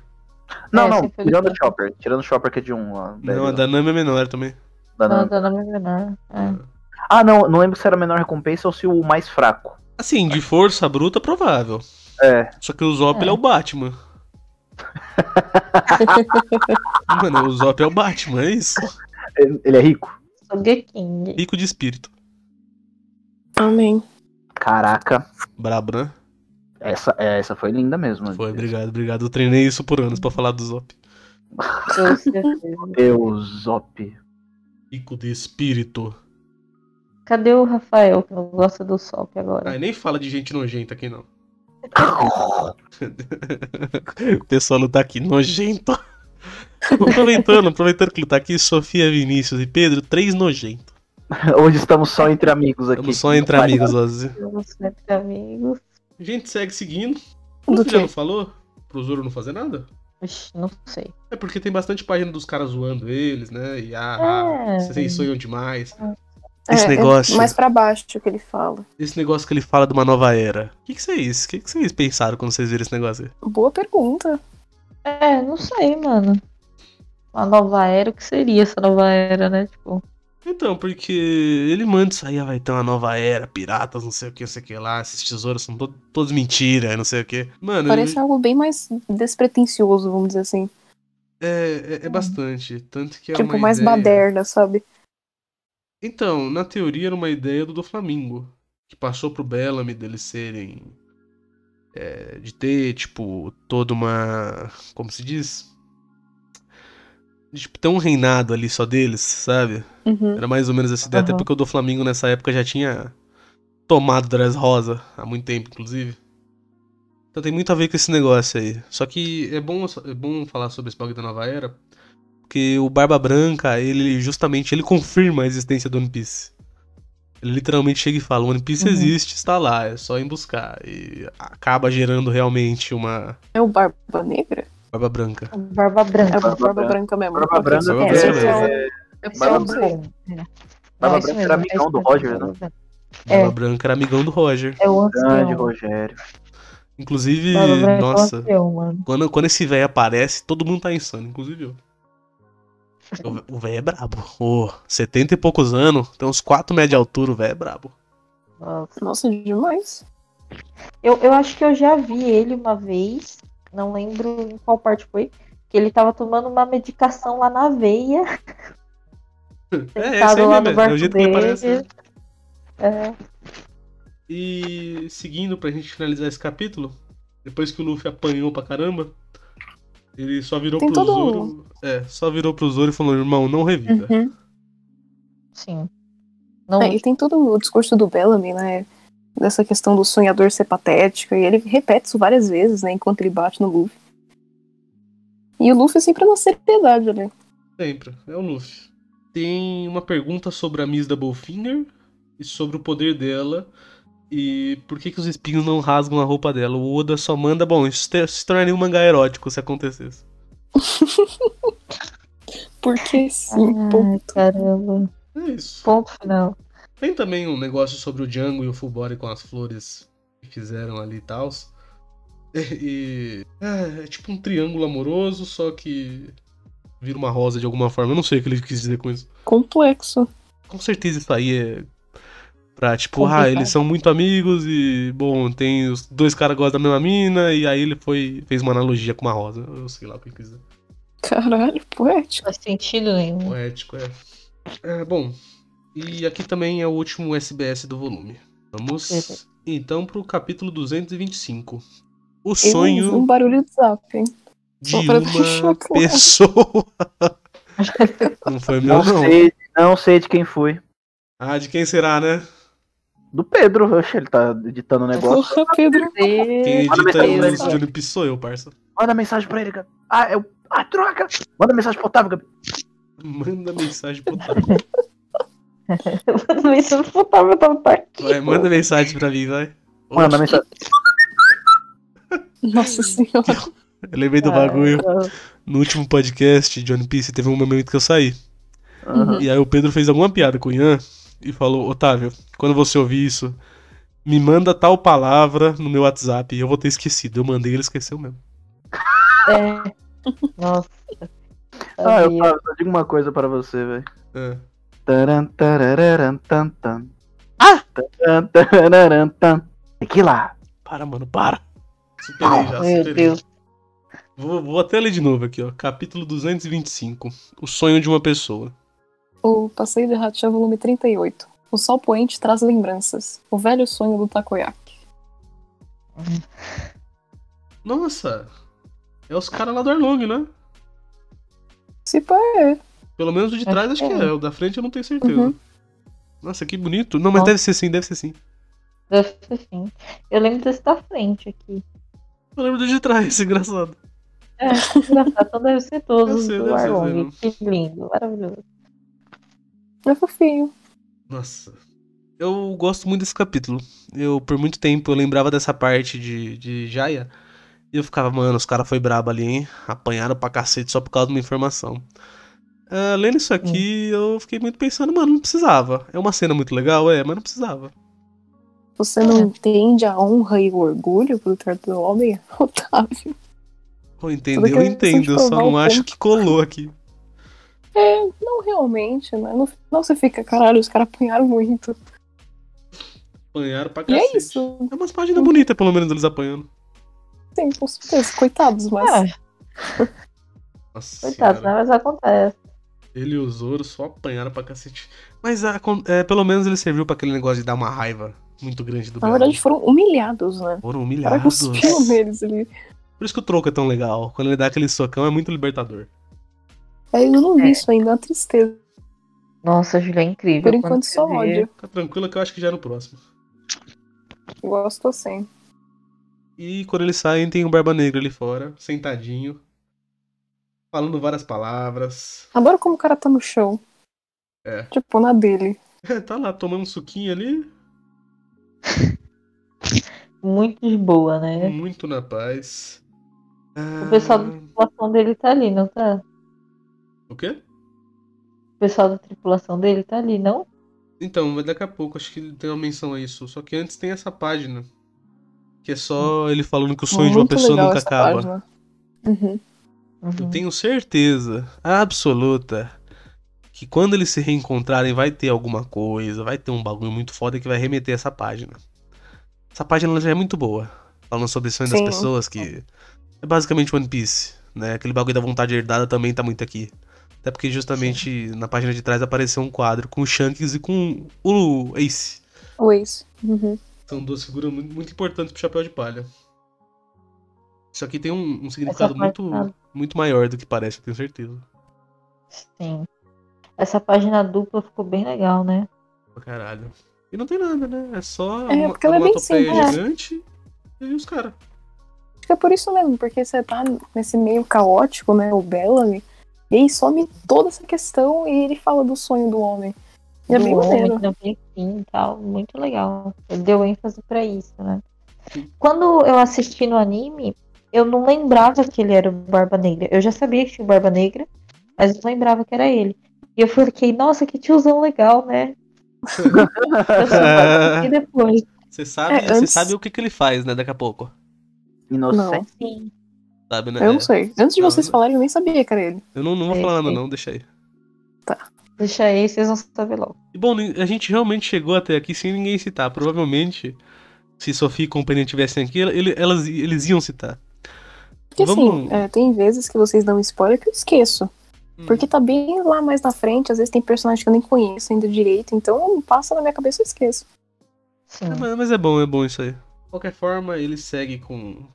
Não, É, não, sempre foi tirando do o Chopper. Tirando o Chopper que é de um lá. não, a da- da Nami é menor também. da- Não, da Nami é menor. É. Ah, não, não lembro se era a menor recompensa ou se o mais fraco. Assim, de força bruta, provável. É. Só que o Zop É. ele é o [LAUGHS] Batman. Mano, o Zop é o Batman, é isso. Ele ele é rico? Sogeking. Rico de espírito. Amém. Caraca, Brabo, né? essa, é, essa foi linda mesmo. Foi, obrigado, obrigado. Eu treinei isso por anos pra falar do Zop. Com certeza. Deus, Zop. Rico de espírito. Cadê o Rafael, que não gosta do Sop agora? Ai, nem fala de gente nojenta aqui, não. [LAUGHS] O pessoal não tá aqui, nojento. Aproveitando, aproveitando que ele tá aqui, Sofia, Vinícius e Pedro, três nojentos. [LAUGHS] Hoje estamos só entre amigos aqui. Estamos só entre amigos, Ozzy. Estamos sempre amigos. A gente segue seguindo. Do Você já quê? não falou? Pro Zoro não fazer nada? Ixi, não sei. É porque tem bastante página dos caras zoando eles, né? E ah, É. vocês sonham demais. É, Esse é negócio. mais pra baixo que ele fala. Esse negócio que ele fala de uma nova era. O que, que vocês? O que, que vocês pensaram quando vocês viram esse negócio aí? Boa pergunta. É, não sei, mano. Uma nova era, o que seria essa nova era, né? Tipo, Então, porque ele manda isso aí, ah, vai ter uma nova era, piratas, não sei o que, não sei o que lá, esses tesouros são to- todos mentira, não sei o que. Mano, Parece algo bem mais despretensioso, vamos dizer assim. é, é, é bastante. Tanto que é um tipo, uma mais ideia... baderna, sabe? Então, na teoria era uma ideia do Doflamingo, que passou pro Bellamy deles serem. é, de ter, tipo, toda uma. Como se diz? De, tipo, ter um reinado ali só deles, sabe? Uhum. Era mais ou menos essa ideia, até Aham. porque o Doflamingo nessa época já tinha tomado Dress Rosa há muito tempo, inclusive. Então tem muito a ver com esse negócio aí. Só que é bom, é bom falar sobre esse bagulho da nova era, porque o Barba Branca, ele justamente ele confirma a existência do One Piece. Ele literalmente chega e fala: o One Piece Uhum. existe, está lá, é só ir buscar. E acaba gerando realmente uma É o Barba Negra? Barba Branca. Barba É branca. o Barba, Barba Branca. Branca mesmo. Barba Ok. Branca Barba é- Branca. é- É o Barba Sop. Branca. É. É Barba isso Branca mesmo, era é amigão isso do mesmo, Roger, Barba né? Branca. Barba É. Branca era amigão do Roger. É o grande ancião. Rogério. Inclusive, Barba Branca é o nossa. ancião, mano. Quando, quando esse velho aparece, todo mundo tá insano, inclusive eu. O- O velho é brabo. Ô, 70 e poucos anos, tem uns 4 metros de altura, o velho é brabo. Nossa. Nossa, demais. Eu, eu acho que eu já vi ele uma vez, não lembro em qual parte foi, que ele tava tomando uma medicação lá na veia, É, esse sentado aí lá mesmo, no é barco o jeito que ele dele. né? aparece. É, E seguindo pra gente finalizar esse capítulo, depois que o Luffy apanhou pra caramba, ele só virou Tem pro todo um- Zoro. É, só virou pro Zoro e falou: irmão, não revida. sim. Não, É, e tem todo o discurso do Bellamy, né? Dessa questão do sonhador ser patético. E ele repete isso várias vezes, né? Enquanto ele bate no Luffy. E o Luffy é sempre na seriedade né? ali. Sempre, é o Luffy. Tem uma pergunta sobre a Miss Doublefinger e sobre o poder dela e por que, que os espinhos não rasgam a roupa dela. O Oda só manda, bom, isso te- se tornaria um mangá erótico se acontecesse. Porque sim, ai, pô. caramba. É isso. Ponto final. Tem também um negócio sobre o Django e o Full Body com as flores que fizeram ali e tal. [LAUGHS] E. É, é tipo um triângulo amoroso, só que. Vira uma rosa de alguma forma. Eu não sei o que ele quis dizer com isso. Complexo. Com certeza isso aí é pra, tipo, ah, Complicado. eles são muito amigos e, bom, tem os dois caras gostam da mesma mina e aí ele foi fez uma analogia com uma rosa. Eu sei lá o que ele quiser. Caralho, poético. Não faz sentido nenhum. Poético, é. É, bom, e aqui também é o último SBS do volume. É. Vamos, então, pro capítulo 225. O Eu- Um sonho barulho de zap, hein? de só pra deixar uma claro. [LAUGHS] pessoa. Não foi meu, Não não. sei, não sei de quem foi. Ah, de quem será, né? Do Pedro, oxe, ele tá editando o negócio. Porra, Pedro. É. Quem Manda edita mensagem pra os ele, Johnny P sou eu, parça. Manda mensagem pra ele, Gabi. Ah, é o. Ah, droga! Manda mensagem pro Otávio, Gabi. Manda mensagem pro Otávio. Mas eu não tava, eu tava tá aqui. [LAUGHS] Vai, manda mensagem pra mim, vai. Manda mensagem. Nossa senhora. Eu lembrei do bagulho. No último podcast de One Piece, teve um momento que eu saí. Aham. E aí o Pedro fez alguma piada com o Ian e falou, Otávio, quando você ouvir isso, me manda tal palavra no meu WhatsApp. E eu vou ter esquecido. Eu mandei e ele esqueceu mesmo. É. Nossa. Ah, eu, Aí, Otávio, só digo uma coisa pra você, velho. É. Taran, tarararan, tan, tan. Taran, tarararan, tan. Aqui lá. Para, mano, para. Superei já, Meu superei. Deus. Vou, vou até ler de novo aqui, ó. Capítulo 225. O sonho de uma pessoa. O Passeio de Hatchan, volume 38. O sol poente traz lembranças. O velho sonho do Takoyaki. Nossa! É os caras lá do Arlong, né? Se pá, é. Pelo menos o de Acho trás acho que que é. é. O da frente eu não tenho certeza. Uhum. Nossa, que bonito. Não, mas Ó. deve ser sim, deve ser sim. Deve ser assim. Eu lembro desse da frente aqui. Eu lembro do de trás, [LAUGHS] engraçado. Então deve [LAUGHS] ser Deve todos ser, do deve ser, Arlong. deve Que lindo, maravilhoso. É fofinho. Nossa. Eu gosto muito desse capítulo. Eu, por muito tempo, eu lembrava dessa parte de, de Jaya. E eu ficava, mano, os caras foi brabo ali, hein? Apanharam pra cacete só por causa de uma informação. Ah, lendo isso aqui, Hum. eu fiquei muito pensando, mano, não precisava. É uma cena muito legal, é, mas não precisava. Você não entende a honra e o orgulho pro trato do homem, [LAUGHS] Otávio? Eu entendo, que eu é questão de entendo, eu só provar não o acho que colou aqui. É, não realmente, né? No final você fica, caralho, os caras apanharam muito. Apanharam pra E cacete. é isso. É umas páginas bonitas, pelo menos, eles apanhando. Sim, com certeza. Coitados, mas. Ah, É. Nossa coitado, senhora. né? Mas acontece. Ele e o Zoro só apanharam pra cacete. Mas ah, con- é, pelo menos ele serviu pra aquele negócio de dar uma raiva muito grande do Na Belo. verdade, foram humilhados, né? Foram O cara [LAUGHS] humilhados. cuspiu neles ali. Por isso que o troco é tão legal. Quando ele dá aquele socão, é muito libertador. É, eu não vi É. isso ainda, é uma tristeza. Nossa, Júlia, é incrível. Por Quando enquanto, você só vê- ódio. Fica tranquila que eu acho que já é no próximo. Gosto assim. E quando eles saem, tem um Barba Negra ali fora, sentadinho, falando várias palavras. [LAUGHS] Adoro como o cara tá no chão. É. Tipo, na dele. tá lá tomando um suquinho ali, Muito de boa, né? muito na paz. O pessoal da Ah, tripulação dele tá ali, não tá? O quê? O pessoal da tripulação dele tá ali, não? Então, mas daqui a pouco, acho que tem uma menção a isso. Só que antes tem essa página. Que é só ele falando que o sonho de uma Hum. Muito pessoa legal nunca essa acaba. página. Uhum. Eu Uhum. tenho certeza absoluta que quando eles se reencontrarem vai ter alguma coisa, vai ter um bagulho muito foda que vai remeter essa página. Essa página ela já é muito boa, falando sobre sonhos das Sim. pessoas, que é basicamente One Piece, né? Aquele bagulho da vontade herdada também tá muito aqui. Até porque justamente na página de trás apareceu um quadro com o Shanks e com o Ace. O ex. Uhum. São duas figuras muito, muito importantes pro Chapéu de Palha. Isso aqui tem um, um Essa significado parte, muito, é ah, muito maior do que parece, eu tenho certeza. sim. Essa página dupla ficou bem legal, né? Pra caralho. E não tem nada, né? É só É, uma, porque ela é uma bem onomatopeia simples. gigante e aí os caras. Acho que é por isso mesmo, porque você tá nesse meio caótico, né? O Bellamy. E aí some toda essa questão e ele fala do sonho do homem. E é Do bem homem maneiro. que não tem fim e tal. Muito legal. Ele deu ênfase pra isso, né? Sim. Quando eu assisti no anime, eu não lembrava que ele era o Barba Negra. Eu já sabia que tinha o Barba Negra, mas eu não lembrava que era ele. E eu fiquei, nossa, que tiozão legal, né? Eu só [LAUGHS] parei depois. Você sabe, É, você antes- sabe o que, que ele faz, né? Daqui a pouco. Inocente. Sim. Sabe, né? Eu não É. sei. É, Antes de Não, vocês não. falarem, eu nem sabia que era ele. Eu não, não vou Sei, falar nada, sei. não, deixa aí. Deixa aí, vocês vão saber logo. E bom, a gente realmente chegou até aqui sem ninguém citar. Provavelmente, se Sofia e companhia estivessem aqui, ele- elas, eles iam citar. Porque Vamos- assim, é, tem vezes que vocês dão spoiler que eu esqueço. Hum. Porque tá bem lá mais na frente, às vezes tem personagem que eu nem conheço ainda direito, então passa na minha cabeça e eu esqueço. Sim. É, mas, mas é bom, é bom isso aí. De qualquer forma, ele segue com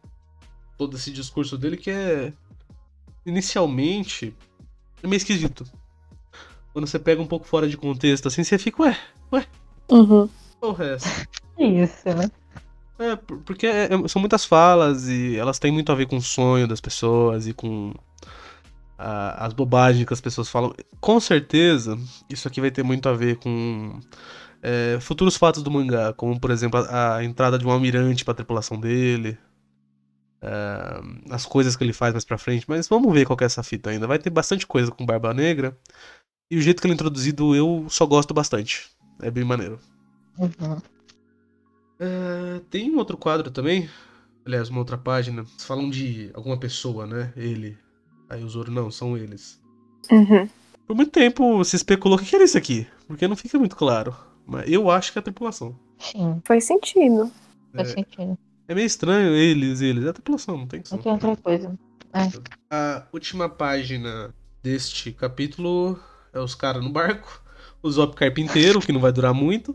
todo esse discurso dele que é. Inicialmente. É meio esquisito. Quando você pega um pouco fora de contexto, assim, você fica, ué, Uhum. porra, é essa? Isso, né? É, por- porque é- é- são muitas falas e elas têm muito a ver com o sonho das pessoas e com a- as bobagens que as pessoas falam. Com certeza, isso aqui vai ter muito a ver com é, futuros fatos do mangá, como por exemplo a, a entrada de um almirante pra tripulação dele, é, as coisas que ele faz mais pra frente. Mas vamos ver qual que é essa fita ainda. Vai ter bastante coisa com Barba Negra. E o jeito que ele é introduzido eu só gosto bastante. É bem maneiro. Uhum. É, tem um outro quadro também. Aliás, uma outra página. Eles falam de alguma pessoa, né? Ele. Aí o Zoro, não, são eles. Uhum. Por muito tempo se especulou o que que era isso aqui. Porque não fica muito claro. Mas eu acho que é a tripulação. Sim, Faz sentido. faz sentido. É meio estranho eles, eles. É a tripulação, não tem que Não tem outra coisa. A última página deste capítulo é os caras no barco. O Zop carpinteiro, que não vai durar muito.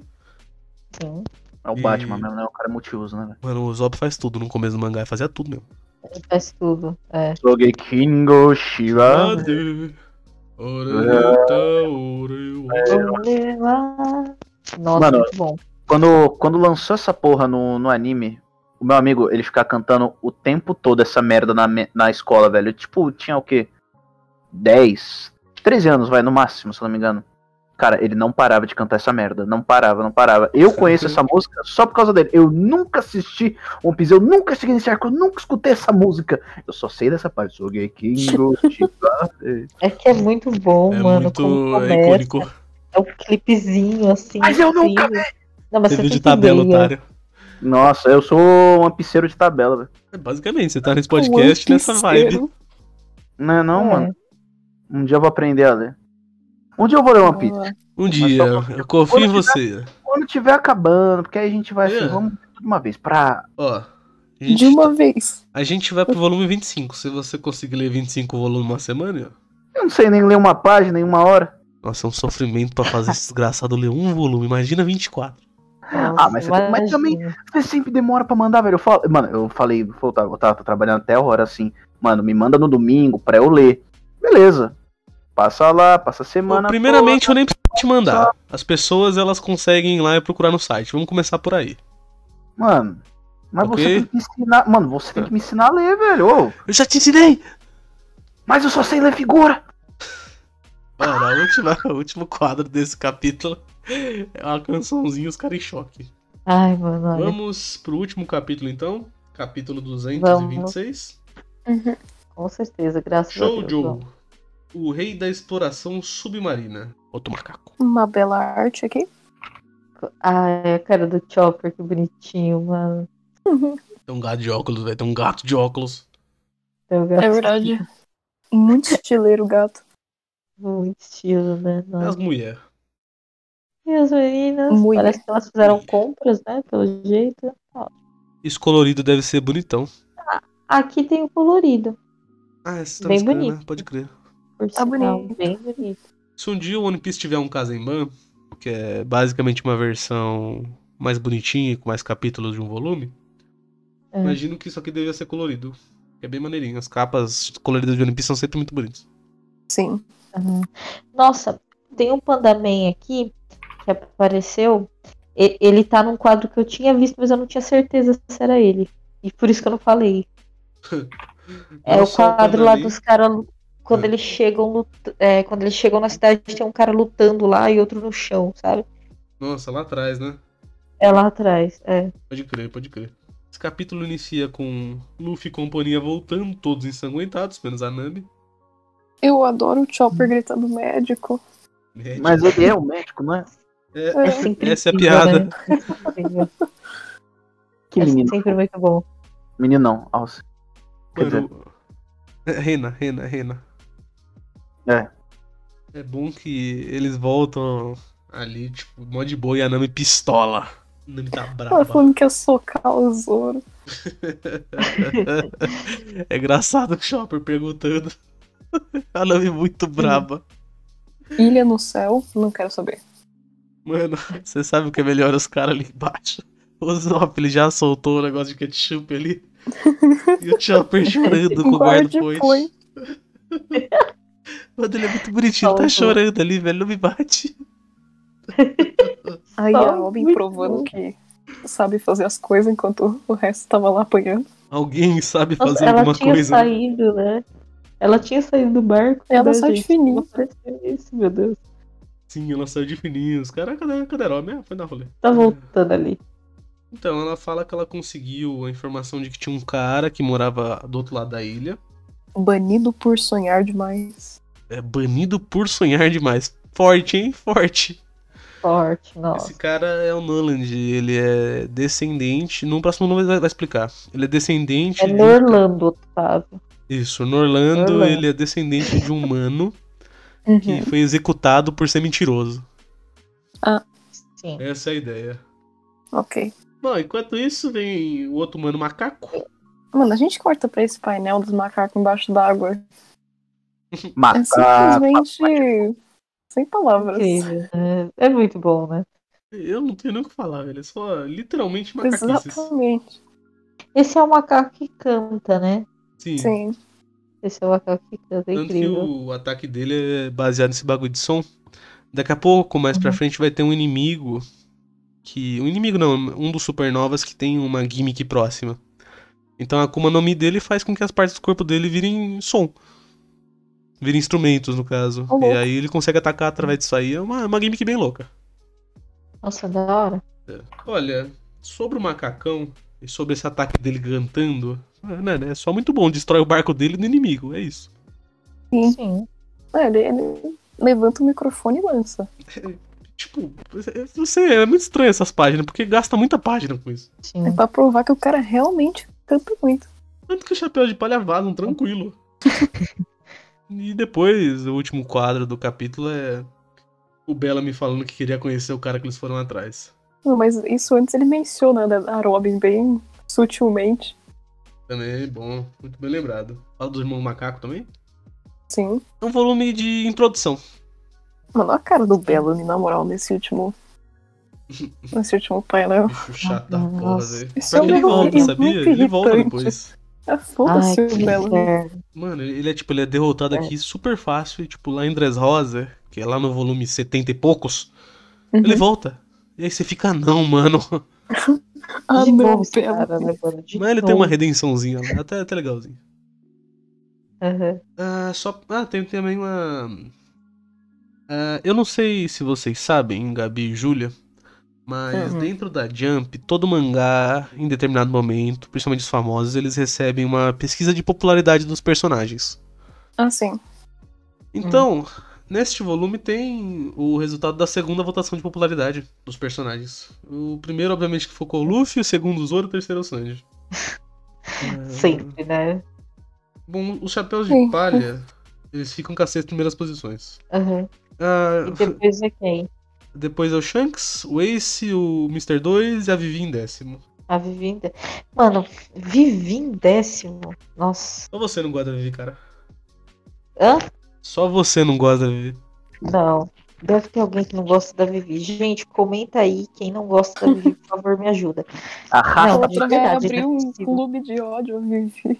Sim. É o E- Batman mesmo, né? O cara multiuso, né? velho? Mano, o Zop faz tudo no começo do mangá, ele fazia tudo mesmo. Ele faz tudo. É. Sogekingo Shiva. Cadê? Orelha, orelha. Nossa, Mano, muito bom. Quando, quando lançou essa porra no, no anime, o meu amigo, ele ficava cantando o tempo todo essa merda na, me- na escola, velho. Eu, tipo, tinha o quê? 10, 13 anos, vai, no máximo, se eu não me engano. Cara, ele não parava de cantar essa merda. Não parava, não parava. Eu conheço essa música só por causa dele. Eu nunca assisti One Piece, eu nunca cheguei nesse arco, eu nunca escutei essa música. Eu só sei dessa parte. [LAUGHS] Sogekingo Shiva. É que é muito bom, É mano. muito como é começa. icônico. É um clipezinho assim. Mas eu nunca incrível. Não, mas Você você viu tem de que tabela, ver, otário. Nossa, eu sou um ampiceiro de tabela, velho. É, basicamente, você tá nesse podcast One nessa vibe. Pieceiro. Não é não, É. mano? Um dia eu vou aprender a ler. Um dia eu vou ler One Piece. Boa. Um dia, Mas só- eu confio em quando você. Quando tiver acabando, porque aí a gente vai assim, É. vamos tudo de uma vez. Pra. Ó, a gente, De uma vez. a gente vai pro volume 25. Se você conseguir ler 25 volumes uma semana, ó. Eu não sei nem ler uma página em uma hora. nossa, é um sofrimento pra fazer esse desgraçado ler um volume. Imagina 24. Nossa, Ah, mas você- tá- mas também- assim, imagina. Você sempre demora pra mandar, velho. Eu falo... Mano, eu falei, eu tava, eu tava trabalhando até a hora assim. Mano, me manda no domingo pra eu ler. Beleza. Passa lá, passa a semana. Bom, primeiramente, eu nem preciso te mandar. As pessoas, elas conseguem ir lá e procurar no site. Vamos começar por aí. toda. Mano. Mas Ok. você tem que me ensinar. Mano, você tem que me ensinar a ler, velho. Ô, Eu já te ensinei! mas eu só sei ler figura. Mano, a última- [LAUGHS] o último quadro desse capítulo é uma cançãozinha, os caras em choque. Ai, mano, olha. Vamos pro último capítulo, então. Capítulo 226. Uhum. Com certeza, graças a Show, Deus. Joe. vamos. O rei da exploração submarina. Outro macaco. Uma bela arte aqui. Ai, a cara do Chopper, que bonitinho, mano. Tem um gato de óculos, velho. Tem um gato de óculos. Eu gosto É verdade. Muito estileiro o gato. Muito estilo, né? As Nossa. mulheres. E as meninas, Mulher. parece que elas fizeram Mulher. compras, né? Pelo jeito. Isso colorido deve ser bonitão. Aqui tem o colorido, Ah, esse tá Bem bacana, bonito. né? Pode crer. por Tá sinal, bonito. bem bonito. Se um dia o One Piece tiver um Kazemban, que é basicamente uma versão mais bonitinha, com mais capítulos de um volume, É. imagino que isso aqui devia ser colorido. É bem maneirinho. As capas coloridas de One Piece são sempre muito bonitas. Sim. Aham. Nossa, tem um Pandaman aqui que apareceu. E- Ele tá num quadro que eu tinha visto, mas eu não tinha certeza se era ele. E por isso que eu não falei. É Não o só quadro lá Pandaman. dos caras. lu- Quando É. eles chegam lut- é, quando eles chegam na cidade, tem um cara lutando lá e outro no chão, sabe? Nossa, lá atrás, né? É lá atrás. É. Pode crer, pode crer. Esse capítulo inicia com Luffy e companhia voltando, todos ensanguentados, menos a Nami. Eu adoro o Chopper gritando médico. Né? Mas ele é o médico, não é? É, É É. sempre [LAUGHS] Essa é a incrível, piada. [LAUGHS] né? Incrível. Que É menino. sempre muito bom. Menino não, Alce. Quer dizer, mano, é, Rena, Rena, Rena. É. É bom que eles voltam ali, tipo, mó de boa e a Nami pistola. A Nami tá Ela brava. falando que ia socar o Zoro. é engraçado o Chopper perguntando. [LAUGHS] A Nami muito braba. Ilha no céu, não quero saber. Mano, [LAUGHS] você sabe o que é melhor os caras ali embaixo? O Zop, ele já soltou o negócio de ketchup ali. E o Chopper chorando com o Guarde guarda-pois. foi. [LAUGHS] Mano, ele é muito bonitinho, ele tá Faltou. chorando ali, velho. Não me bate. Aí Só a Robin muito provando bom. que sabe fazer as coisas enquanto o resto tava lá apanhando. Alguém sabe Nossa, fazer ela alguma tinha coisa. né? saído, né? Ela tinha saído do barco. Ela né, saiu de gente? fininho. Não aconteceu Isso, meu Deus. Sim, ela saiu de fininhos. Cara, cadê, cadê ela mesmo? Foi na rolê. Tá voltando ali. Então, ela fala que ela conseguiu a informação de que tinha um cara que morava do outro lado da ilha. Banido por sonhar demais. É banido por sonhar demais. Forte, hein? Forte. Forte, nossa. Esse cara é o Noland. Ele é descendente. No próximo nome vai vai explicar. Ele é descendente. É de- Norlando, Otávio. Isso, no Orlando, Orlando. ele é descendente de um humano Uhum. Uhum. que foi executado por ser mentiroso. Sim. Essa é a ideia. Ok. Bom, enquanto isso, vem o outro humano macaco. Mano, a gente corta pra esse painel dos macacos embaixo d'água. Ah, É Macaco. simplesmente. Sem É. palavras. Incrível. né? É, muito bom, né? Eu não tenho nem o que falar, velho. É só literalmente macaquices. Exatamente. Esse é o macaco que canta, né? Sim. Sim. Esse é o macaco que canta. É Tanto que incrível. o ataque dele é baseado nesse bagulho de som. Daqui a pouco, mais pra frente, vai ter um inimigo. Que. Um inimigo não, um dos supernovas que tem uma gimmick próxima. Então a Akuma no Mi dele faz com que as partes do corpo dele virem som. Virem instrumentos, no caso. Ô, e louco. aí ele consegue atacar através disso aí. É uma, uma gimmick bem louca. Nossa, da hora. Olha, sobre o macacão e sobre esse ataque dele cantando. Mano, é só muito bom. Destrói o barco dele e do inimigo. É isso. Sim. Sim. É, Ele, ele levanta o microfone e lança. Tipo, eu não sei, é muito estranho essas páginas, porque gasta muita página com isso. Sim. É pra provar que o cara realmente canta muito. Tanto que o chapéu de palha vazam, [LAUGHS] tranquilo. e depois, o último quadro do capítulo é o Bela me falando que queria conhecer o cara que eles foram atrás. Não, Mas isso antes ele menciona da- a Robin bem sutilmente. Também é bom, muito bem lembrado. Fala do irmão macaco também. Sim. É um volume de introdução. Mano, olha a cara do Bellamy, na moral, nesse [LAUGHS] último. nesse último painel. Bicho chato da Nossa. porra, velho. Isso Pior é que ele um volta, bagulho sabia? muito Ele volta irritante. depois. Ah, Ai, foda-se o que Bellamy. inferno. Mano, ele é tipo, ele é derrotado É. aqui super fácil, e, tipo, lá em Dres Rosa, que é lá no volume 70 e poucos, Uhum. ele volta. E aí você fica, "Ah, não, mano. Ah, de não, novo esse cara, Bellamy. né, mano? De Mas ele tem uma novo. redençãozinha lá, até, até legalzinho. Aham. Ah, só. Ah, tem também uma. Ah, eu não sei se vocês sabem, Gabi e Júlia, mas Uhum. dentro da Jump, todo mangá, em determinado momento, principalmente os famosos, eles recebem uma pesquisa de popularidade dos personagens. Ah, sim. Então, neste volume tem o resultado da segunda votação de popularidade dos personagens. O primeiro, obviamente, que focou o Luffy, o segundo o Zoro, o terceiro é o Sanji. Ah, Sempre, né? Bom, os chapéus de Sim. palha, eles ficam com as seis primeiras posições. Aham. Ah, E depois é quem? depois é o Shanks, o Ace, o Mr. 2 e a Vivi em décimo. A Vivi em dé- Mano, Vivi em décimo. Nossa. Só você não gosta da Vivi, cara. Hã? Só você não gosta da Vivi. Não. Deve ter alguém que não gosta da Vivi. Gente, comenta aí. Quem não gosta da Vivi, por favor, me ajuda. Arrasta. Não, Outra de vai verdade, abrir não é um possível. clube de ódio, Vivi.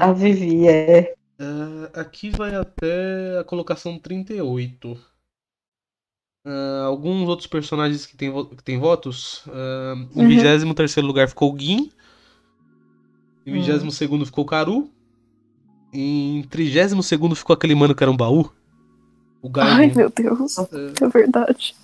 A Vivi é. Ah, aqui vai até a colocação 38. Ah, alguns outros personagens que têm, vo- que têm votos. ah, em Uhum. 23 lugar ficou o Gin. Em Hum. 22 ficou o Karu. Em 32 ficou aquele mano que era um baú. O Ai, Gaimon. meu Deus. É verdade.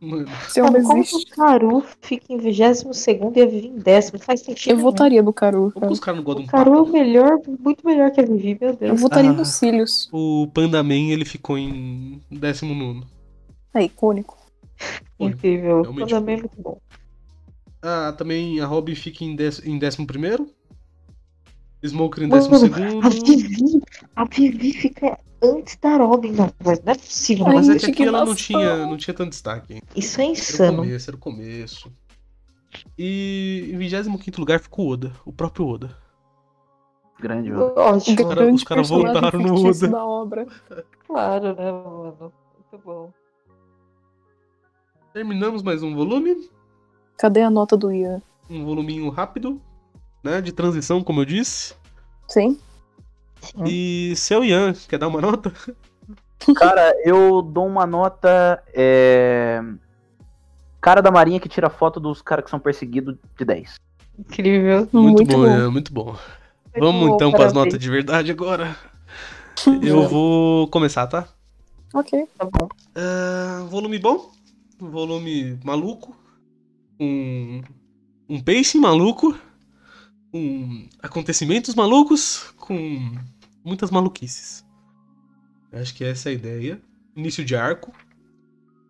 Mano, Se eu Cara, não como que existe. o Caru fica em 22 e a Vivi em décimo? Não faz sentido. Eu votaria no como Caru. cara. que os caras não gostam nenhum. de O um Caru é o papo? melhor, muito melhor que a Vivi, meu Eu Deus. votaria Ah. nos cílios. O Pandaman ele ficou em 19. É icônico. Olha, Incrível. realmente. Também é muito bom. Ah, também a Robin fica em 11 em 11. Smoker em Mano, A 12. Vivi, a Vivi fica antes da Robin. Não, mas não é possível. Ai, Mas Mas é gente, que que aqui ela não maçã. tinha, não tinha tanto destaque. hein? isso é Era o insano. começo, era o começo. E em 25 lugar ficou o Oda, o próprio Oda. Grande, velho. Ótimo. cara- os cara personagem voltaram no fictício Oda. da obra. Claro, né, mano? Muito bom. Terminamos mais um volume, Cadê a nota do Ian? um voluminho rápido, né, de transição, como eu disse. Sim? Hum. Sim. E seu Ian, quer dar uma nota? Cara, eu dou uma nota. é, Cara da marinha que tira foto dos caras que são perseguidos de 10. Incrível. Muito, bom. É, Ian, muito bom. Vamos então para as notas de verdade agora. Eu vou começar, tá? [LAUGHS] Ok. Tá bom. Ah, volume bom, Um volume maluco, um, um pacing maluco, com acontecimentos malucos, com muitas maluquices. Eu Acho que essa é a ideia. Início de arco.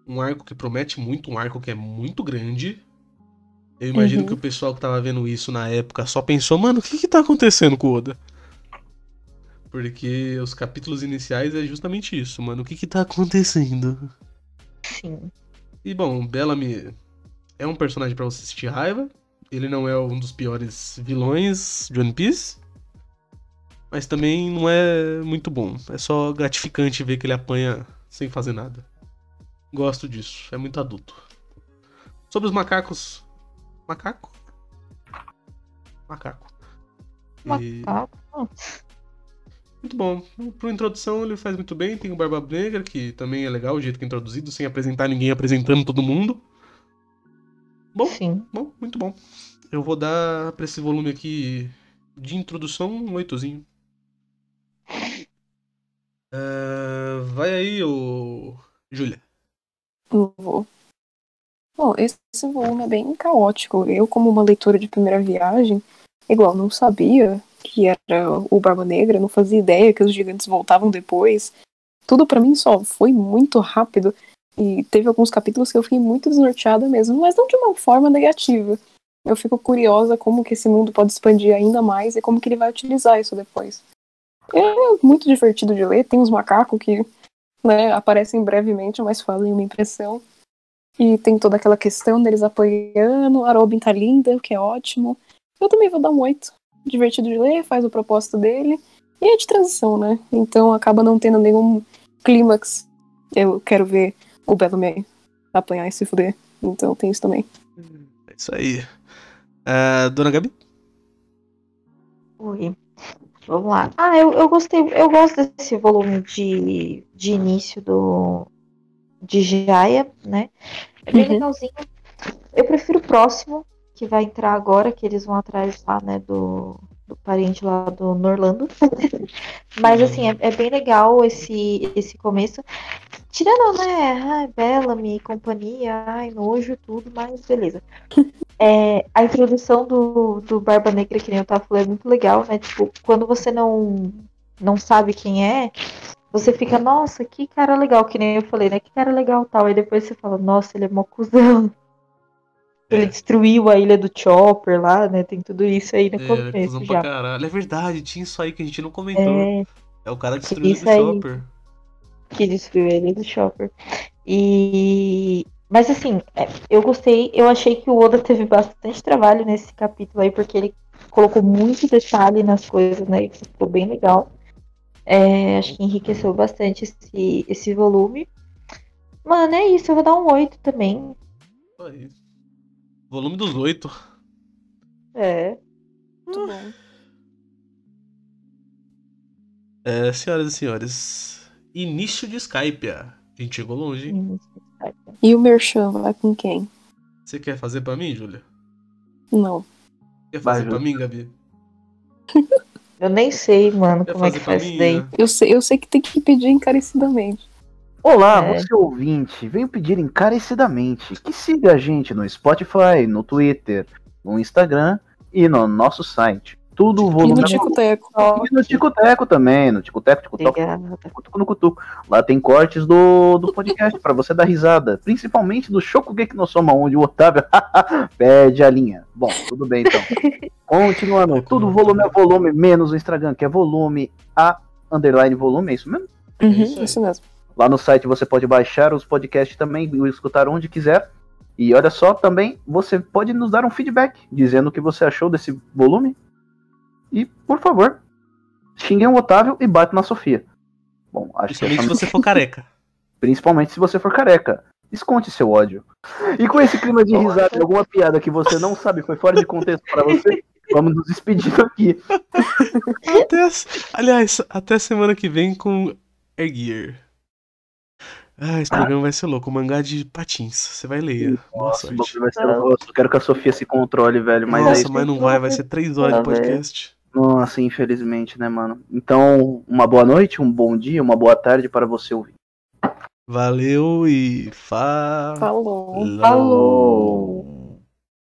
Um arco que promete muito, um arco que é muito grande. Eu imagino Uhum. que o pessoal que tava vendo isso na época só pensou, mano, o que que tá acontecendo com o Oda? Porque os capítulos iniciais é justamente isso, mano. O que que tá acontecendo? Sim. E bom, Bellamy é um personagem pra você sentir raiva. Ele não é um dos piores vilões de One Piece. Mas também não é muito bom. É só gratificante ver que ele apanha sem fazer nada. Gosto disso. É muito adulto. Sobre os macacos. Macaco? Macaco. E- Macaco. muito bom. Pro introdução ele faz muito bem. Tem o Barba Negra, que também é legal o jeito que é introduzido, sem apresentar ninguém, apresentando todo mundo. Bom, Sim. bom, muito bom. Eu vou dar pra esse volume aqui de introdução um oitozinho. Ah, vai aí, ô. Júlia. Eu vou. Bom, esse esse volume é bem caótico. Eu, como uma leitura de primeira viagem, igual, não sabia que era o Barba Negra, não fazia ideia que os gigantes voltavam depois. Tudo pra mim só foi muito rápido. E teve alguns capítulos que eu fiquei muito desnorteada mesmo, mas não de uma forma negativa. Eu fico curiosa como que esse mundo pode expandir ainda mais e como que ele vai utilizar isso depois. É muito divertido de ler, tem uns macacos que né, aparecem brevemente, mas fazem uma impressão. E tem toda aquela questão deles apoiando, a Robin tá linda, o que é ótimo. Eu também vou dar um oito. Divertido de ler, faz o propósito dele. E é de transição, né? Então acaba não tendo nenhum clímax. Eu quero ver o Bellamy apanhar e se fuder. Então tem isso também. É isso aí. Ah, Dona Gabi? Oi. Vamos lá. Ah, eu, eu gostei, eu gosto desse volume de, de início do de Jaya, né? É bem Uhum. legalzinho. Eu prefiro o próximo, que vai entrar agora, que eles vão atrás lá, né, do, do parente lá do Norlando. [LAUGHS] Mas assim, é, é bem legal esse, esse começo. Tirando, né, ai, Bellamy e companhia, ai, nojo, tudo, mas beleza. É, a introdução do, do Barba Negra, que nem eu tava falando, é muito legal, né? Tipo, quando você não, não sabe quem é, você fica, nossa, que cara legal, que nem eu falei, né? Que cara legal tal. Aí depois você fala, nossa, ele é mó cuzão. Ele É. destruiu a ilha do Chopper lá, né? Tem tudo isso aí no começo É, cuzão pra já. caralho. É verdade, tinha isso aí que a gente não comentou. É, É, o cara Isso destruindo o aí. shopper. que destruiu a ilha do Chopper. E. Mas assim, é, eu gostei, eu achei que o Oda teve bastante trabalho nesse capítulo aí, porque ele colocou muito detalhe nas coisas, né? Isso ficou bem legal. É, acho que enriqueceu bastante esse, esse volume. Mano, é isso, eu vou dar um 8 também. Isso aí. Volume dos oito. É. Muito bom. É, senhoras e senhores, início de Skype. ah. A gente chegou longe, hein? E o Merchan vai com quem? Você quer fazer pra mim, Júlia? Não. Quer fazer Vai, pra Júlia. mim, Gabi? Eu nem sei, mano, Quer como é fazer que pra faz mim? isso daí. né? Eu sei, eu sei que tem que pedir encarecidamente. Olá, É. você ouvinte. Venho pedir encarecidamente que siga a gente no Spotify, no Twitter, no Instagram e no nosso site. Tudo E no volume. é Tico Teco. E no Ticoteco também, no Ticoteco, Ticoteco, Obrigada. Cutuco no Cutuco. Lá tem cortes do, do podcast pra você dar risada. Principalmente do Shokugeki no Soma, onde o Otávio [LAUGHS] perde a linha. Bom, tudo bem então. Continuando, tudo volume a volume, menos o Instagram, que é volume a underline volume, é isso mesmo? Uhum, isso aí. isso mesmo. Lá no site você pode baixar os podcasts também e escutar onde quiser. E olha só, também você pode nos dar um feedback dizendo o que você achou desse volume. E, por favor, xinguem o Otávio e bate na Sofia. Bom, acho que Principalmente essa- se você for careca. Principalmente se você for careca. Esconde seu ódio. E com esse clima de risada e alguma piada que você não sabe foi fora de contexto pra você, vamos nos despedindo aqui. [LAUGHS] Até a- Aliás, até semana que vem com Air Gear. Ah, esse programa vai ser louco. Mangá de patins. Você vai ler. Boa Nossa, sorte. vai ser um- eu só quero que a Sofia se controle, velho. Mas Nossa, é isso. mas não vai. Vai ser três horas de podcast. Nossa, infelizmente, né, mano? Então, uma boa noite, um bom dia, uma boa tarde para você ouvir. Valeu e fa... Falou. Falou.